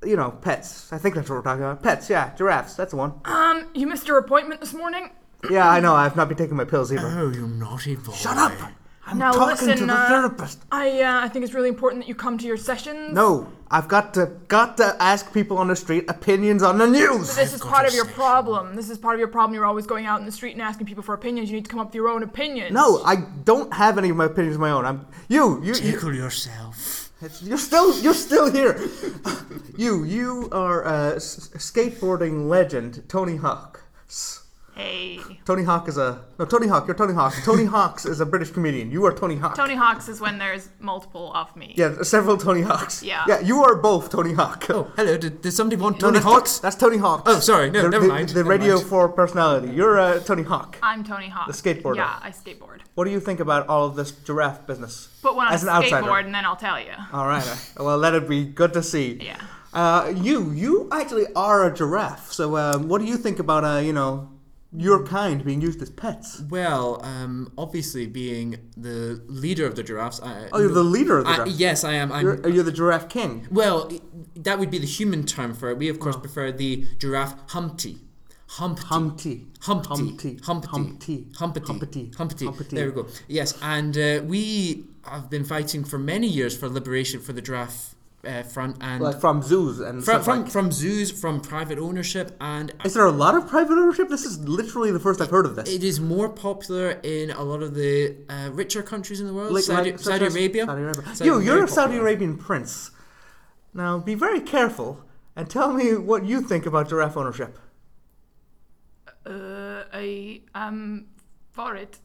Speaker 1: you know, pets? I think that's what we're talking about. Pets, yeah, giraffes. That's the one.
Speaker 7: Um, you missed your appointment this morning.
Speaker 1: Yeah, I know. I've not been taking my pills either.
Speaker 5: Oh, you naughty boy.
Speaker 1: Shut up! I'm
Speaker 7: Now
Speaker 1: talking to
Speaker 7: listen,
Speaker 1: the
Speaker 7: uh,
Speaker 1: therapist.
Speaker 7: I uh, I think it's really important that you come to your sessions.
Speaker 1: No, I've got to got to ask people on the street opinions on the news.
Speaker 7: This is
Speaker 5: got
Speaker 7: part
Speaker 5: a
Speaker 7: of your
Speaker 5: session.
Speaker 7: problem. This is part of your problem. You're always going out in the street and asking people for opinions. You need to come up with your own opinions.
Speaker 1: No, I don't have any of my opinions of my own. I'm you, you, you
Speaker 5: Tickle yourself.
Speaker 1: you're still you're still here. you, you are a s- skateboarding legend, Tony Hawk. S-
Speaker 7: Hey,
Speaker 1: Tony Hawk is a no Tony Hawk. You're Tony Hawk. Tony Hawk's is a British comedian. You are Tony Hawk.
Speaker 7: Tony Hawk's is when there's multiple of me.
Speaker 1: yeah, several Tony Hawks.
Speaker 7: Yeah.
Speaker 1: Yeah, you are both Tony Hawk.
Speaker 2: Oh, hello. Did, did somebody want
Speaker 1: No,
Speaker 2: Tony
Speaker 1: that's Ton-
Speaker 2: Hawks?
Speaker 1: That's Tony Hawk.
Speaker 2: Oh, sorry, no,
Speaker 1: the,
Speaker 2: never
Speaker 1: the-
Speaker 2: mind,
Speaker 1: The,
Speaker 2: never
Speaker 1: Radio
Speaker 2: mind.
Speaker 1: 4 personality. You're uh, Tony Hawk.
Speaker 7: I'm Tony Hawk.
Speaker 1: The skateboarder.
Speaker 7: Yeah, I skateboard.
Speaker 1: What do you think about all of this giraffe business?
Speaker 7: But when I
Speaker 1: As an
Speaker 7: skateboard,
Speaker 1: outsider.
Speaker 7: and then I'll tell you.
Speaker 1: All right. uh, Well, let it be good to see.
Speaker 7: Yeah.
Speaker 1: Uh, you, you actually are a giraffe. So, um, what do you think about, uh, you know, your kind being used as pets?
Speaker 2: Well, um, obviously, being the leader of the giraffes. I,
Speaker 1: Oh, you're the leader of the
Speaker 2: I-
Speaker 1: giraffe.
Speaker 2: yes, I am. I'm,
Speaker 1: You're, are you the giraffe king?
Speaker 2: Well, i- that would be the human term for it. We, of course, prefer the giraffe Humpty. Humpty.
Speaker 1: Oh. Humpty.
Speaker 2: Humpty.
Speaker 1: Humpty.
Speaker 2: Humpty.
Speaker 1: Humpty.
Speaker 2: Humpty.
Speaker 1: Humpty.
Speaker 2: Humpty.
Speaker 1: Humpty.
Speaker 2: There we go. Yes, and uh, we have been fighting for many years for liberation for the giraffe uh, front and
Speaker 1: Like from zoos and
Speaker 2: from,
Speaker 1: stuff
Speaker 2: from,
Speaker 1: like-
Speaker 2: from zoos, from private ownership, and
Speaker 1: Is there a lot of private ownership? This is literally the first I've heard of this.
Speaker 2: it is more popular in a lot of the uh, richer countries in the world. Saudi,
Speaker 1: such
Speaker 2: Saudi
Speaker 1: as
Speaker 2: Arabia.
Speaker 1: Saudi Arabia.
Speaker 2: Saudi-
Speaker 1: you, you're
Speaker 2: very
Speaker 1: a Saudi
Speaker 2: popular.
Speaker 1: Arabian prince. Now, be very careful and tell me what you think about giraffe ownership.
Speaker 7: Uh, I am for it.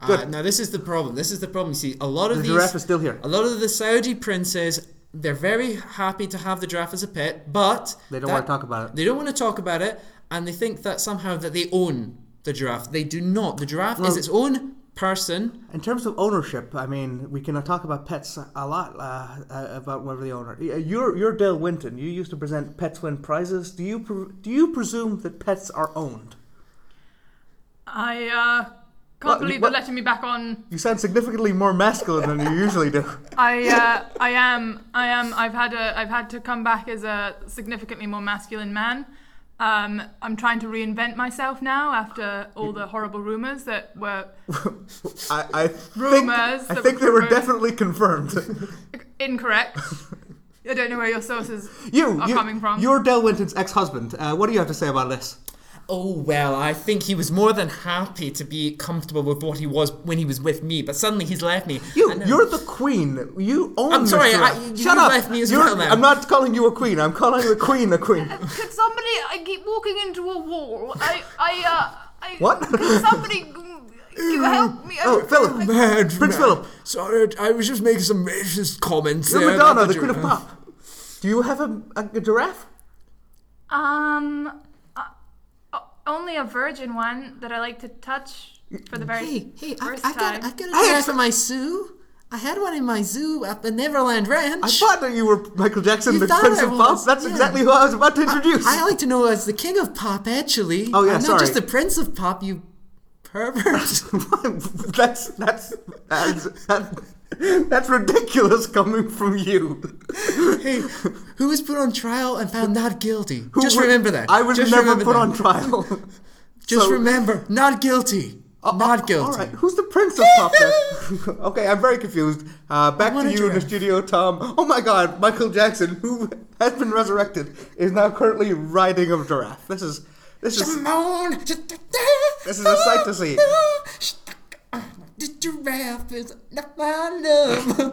Speaker 2: Uh, now this is the problem. This is the problem. You see, a lot of
Speaker 1: The
Speaker 2: these,
Speaker 1: giraffe is still here.
Speaker 2: A lot of the Saudi princes, they're very happy to have the giraffe as a pet, but
Speaker 1: They don't want to talk about it.
Speaker 2: They don't want to talk about it, and they think that somehow that they own the giraffe. They do not. The giraffe is
Speaker 1: Well-
Speaker 2: its own person.
Speaker 1: In terms of ownership, I mean, we can talk about pets a lot uh, uh, about whether the owner. Y- You're you're Dale Winton. You used to present Pets Win prizes. Do you pre- do you presume that pets are owned?
Speaker 7: I uh, can't
Speaker 1: What-
Speaker 7: believe
Speaker 1: what-
Speaker 7: they're letting me back on.
Speaker 1: You sound significantly more masculine than you usually do.
Speaker 7: I uh, I am I am I've had a I've had to come back as a significantly more masculine man. Um, I'm trying to reinvent myself now after all the horrible rumors that were
Speaker 1: I, I think,
Speaker 7: Rumors
Speaker 1: I
Speaker 7: that
Speaker 1: think
Speaker 7: were
Speaker 1: they were
Speaker 7: confirmed.
Speaker 1: definitely confirmed.
Speaker 7: incorrect. I don't know where your sources
Speaker 1: You,
Speaker 7: are
Speaker 1: you
Speaker 7: coming from.
Speaker 1: You're Del Winton's ex-husband. Uh, what do you have to say about this?
Speaker 2: Oh well, I think he was more than happy to be comfortable with what he was when he was with me, but suddenly he's left me.
Speaker 1: You,
Speaker 2: And, uh,
Speaker 1: you're the queen. You own.
Speaker 2: I'm sorry,
Speaker 1: Mr.
Speaker 2: I-
Speaker 1: Right.
Speaker 2: you-
Speaker 1: Shut
Speaker 2: you
Speaker 1: up.
Speaker 2: left me as
Speaker 1: You're-
Speaker 2: well now.
Speaker 1: I'm not calling you a queen. I'm calling the queen a queen.
Speaker 8: Could somebody? I keep walking into a wall. I, I, uh, I.
Speaker 1: What?
Speaker 8: Could somebody you help me?
Speaker 1: Oh, Philip.
Speaker 5: Mad
Speaker 1: Prince Philip.
Speaker 5: Sorry, I was just making some racist comments
Speaker 1: You're
Speaker 5: there. about
Speaker 1: Madonna, the queen of
Speaker 5: giraffe.
Speaker 1: pop. Do you have a, a, a giraffe?
Speaker 7: Um, uh, o- only a virgin one that I like to touch for the very
Speaker 2: Hey, hey, I,
Speaker 7: first
Speaker 2: I
Speaker 7: time.
Speaker 2: got, I got a giraffe in my zoo. I had one in my zoo up at Neverland Ranch.
Speaker 1: I thought that you were Michael Jackson,
Speaker 2: You
Speaker 1: the
Speaker 2: thought
Speaker 1: Prince
Speaker 2: I
Speaker 1: of Pop.
Speaker 2: was,
Speaker 1: That's
Speaker 2: yeah.
Speaker 1: exactly who I was about to introduce.
Speaker 2: I like to know as the king of pop, actually.
Speaker 1: Oh, yeah,
Speaker 2: I'm
Speaker 1: sorry.
Speaker 2: not just the prince of pop, you pervert.
Speaker 1: that's that's that's, that's That's ridiculous coming from you.
Speaker 2: Hey, who was put on trial and found not guilty?
Speaker 1: Who
Speaker 2: Just
Speaker 1: would-
Speaker 2: remember that.
Speaker 1: I was
Speaker 2: Just
Speaker 1: never
Speaker 2: remember
Speaker 1: put
Speaker 2: that.
Speaker 1: on trial.
Speaker 2: Just
Speaker 1: so- Uh,
Speaker 2: remember, not guilty. not
Speaker 1: All
Speaker 2: guilty.
Speaker 1: right, who's the prince of pop? okay, I'm very confused. Uh, back
Speaker 2: I
Speaker 1: to
Speaker 2: wanna
Speaker 1: you in the
Speaker 2: draft.
Speaker 1: studio, Tom. Oh my God, Michael Jackson, who has been resurrected, is now currently riding a giraffe. This is this is
Speaker 2: Simone.
Speaker 1: this is a sight to see.
Speaker 2: The giraffe is not my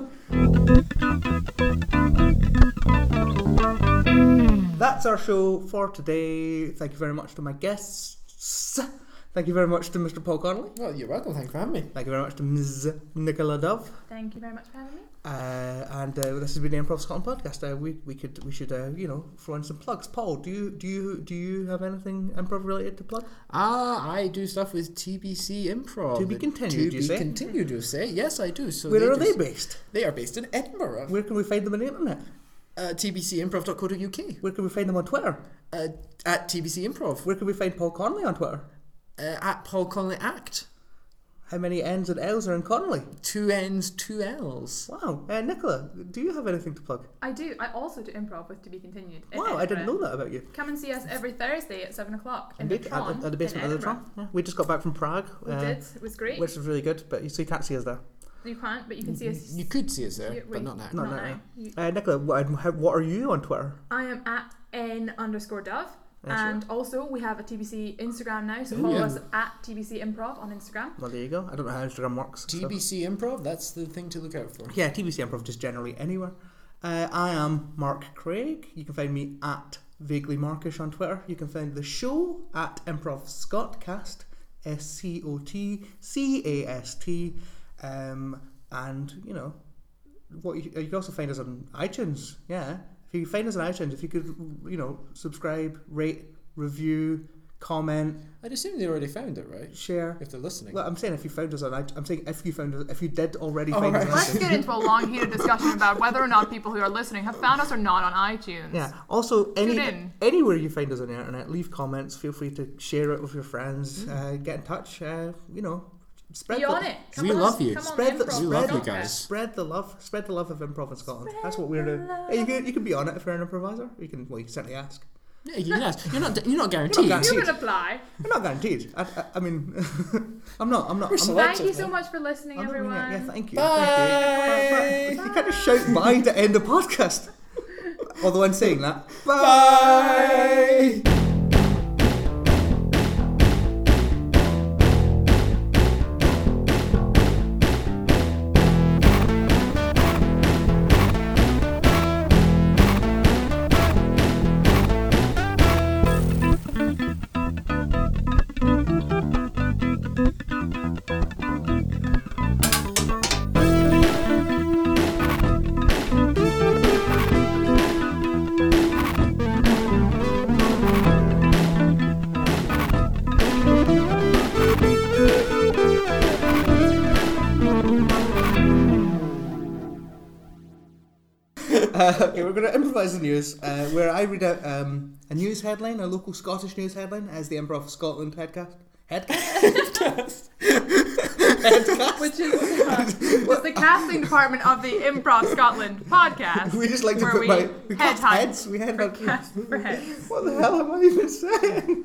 Speaker 2: love.
Speaker 1: That's our show for today. Thank you very much to my guests. Thank you very much to Mr. Paul Connolly.
Speaker 2: well, you're welcome. Thanks for having me.
Speaker 1: Thank you very much to Ms. Nicola Dove.
Speaker 3: Thank you very much for having me.
Speaker 1: Uh, and uh, this has been the Improv Scotland podcast. Uh, we we could we should uh, you know throw in some plugs. Paul, do you do you do you have anything improv related to plug?
Speaker 2: Ah, I do stuff with TBC Improv.
Speaker 1: To be continued,
Speaker 2: To
Speaker 1: you
Speaker 2: be
Speaker 1: say?
Speaker 2: continued, you say? Yes, I do. So
Speaker 1: Where are they
Speaker 2: just-
Speaker 1: based?
Speaker 2: They are based in Edinburgh.
Speaker 1: Where can we find them on the internet?
Speaker 2: Uh, tbcimprov.co.uk.
Speaker 1: Where can we find them on Twitter?
Speaker 2: Uh, at TBC Improv.
Speaker 1: Where can we find Paul Conley on Twitter?
Speaker 2: Uh, at Paul Conley Act.
Speaker 1: How many N's and L's are in Conley?
Speaker 2: Two N's, two L's.
Speaker 1: Wow. Uh, Nicola, do you have anything to plug?
Speaker 7: I do. I also do improv with To Be Continued. in
Speaker 1: Wow, I didn't know
Speaker 7: Edinburgh.
Speaker 1: that about you.
Speaker 7: Come and see us every Thursday at seven o'clock in
Speaker 1: Indeed,
Speaker 7: the
Speaker 1: at,
Speaker 7: Tron
Speaker 1: at the
Speaker 7: in
Speaker 1: basement of the
Speaker 7: Edinburgh.
Speaker 1: Tron. Yeah, we just got back from Prague,
Speaker 7: We
Speaker 1: uh,
Speaker 7: did. It was great.
Speaker 1: which was really good, but you, so you can't see us there.
Speaker 7: you can't, but you can see us.
Speaker 2: You could see us there,
Speaker 7: Yeah,
Speaker 2: but
Speaker 7: wait.
Speaker 2: not now.
Speaker 1: Not
Speaker 7: Not
Speaker 1: now.
Speaker 7: now. You-
Speaker 1: Uh, Nicola, what, how, what are you on Twitter?
Speaker 7: I am at n underscore dove.
Speaker 1: That's
Speaker 7: and also, we have a TBC Instagram now, so follow
Speaker 2: yeah.
Speaker 7: us at TBC Improv on Instagram.
Speaker 1: Well, there you go. I don't know how Instagram works. so-
Speaker 2: TBC Improv, that's the thing to look out for.
Speaker 1: Yeah, TBC Improv just generally anywhere. Uh, I am Mark Craig. You can find me at vaguely Markish on Twitter. You can find the show at Improv Scottcast, S C O T C A S T, um, and you know what you, you can also find us on iTunes. Yeah, if you find us on iTunes, if you could you know subscribe, rate, review, comment,
Speaker 2: I'd assume they already found it, right?
Speaker 1: share.
Speaker 2: If they're listening.
Speaker 1: Well, I'm saying if you found us on, iTunes, I'm saying if you found us, if you did already find us on
Speaker 7: Let's
Speaker 1: iTunes.
Speaker 7: get into a long, heated discussion about whether or not people who are listening have found us or not on iTunes.
Speaker 1: Yeah. Also, any
Speaker 7: in.
Speaker 1: anywhere you find us on the internet, leave comments. Feel free to share it with your friends. Uh, get in touch. Uh, you know, spread
Speaker 7: Mm-hmm. Be
Speaker 1: the
Speaker 7: on it. Come
Speaker 2: We
Speaker 7: on,
Speaker 2: love you.
Speaker 7: Come on
Speaker 1: Spread the-
Speaker 7: improv.
Speaker 1: we love you
Speaker 7: Podcast.
Speaker 2: guys.
Speaker 1: spread the love. Spread the love of improv in Scotland. That's what we're doing. Yeah, you can you can be on it if you're an improviser. You can well, you can certainly ask.
Speaker 2: Yeah, you can ask. You're not, you're not guaranteed.
Speaker 1: guaranteed.
Speaker 7: You can apply.
Speaker 1: I'm not guaranteed. I, I, I mean, I'm not. I'm not. I'm not
Speaker 7: Thank you so much for listening,
Speaker 1: I'm not doing it.
Speaker 7: everyone.
Speaker 1: Yeah, thank you. Thank you. Bye. Bye. You kind of shout bye to end the podcast. Although I'm saying that. bye. Okay, we're going to improvise the news, uh, where I read out um, a news headline, a local Scottish news headline, as the Emperor of Scotland headcast. Headcast?
Speaker 7: which is uh, was the casting department of the Improv Scotland podcast.
Speaker 1: We just like to
Speaker 7: where
Speaker 1: put
Speaker 7: we
Speaker 1: my we
Speaker 7: head
Speaker 1: cast
Speaker 7: hunt
Speaker 1: heads. We head
Speaker 7: for
Speaker 1: hunt.
Speaker 7: cast for heads.
Speaker 1: What the hell am I even saying?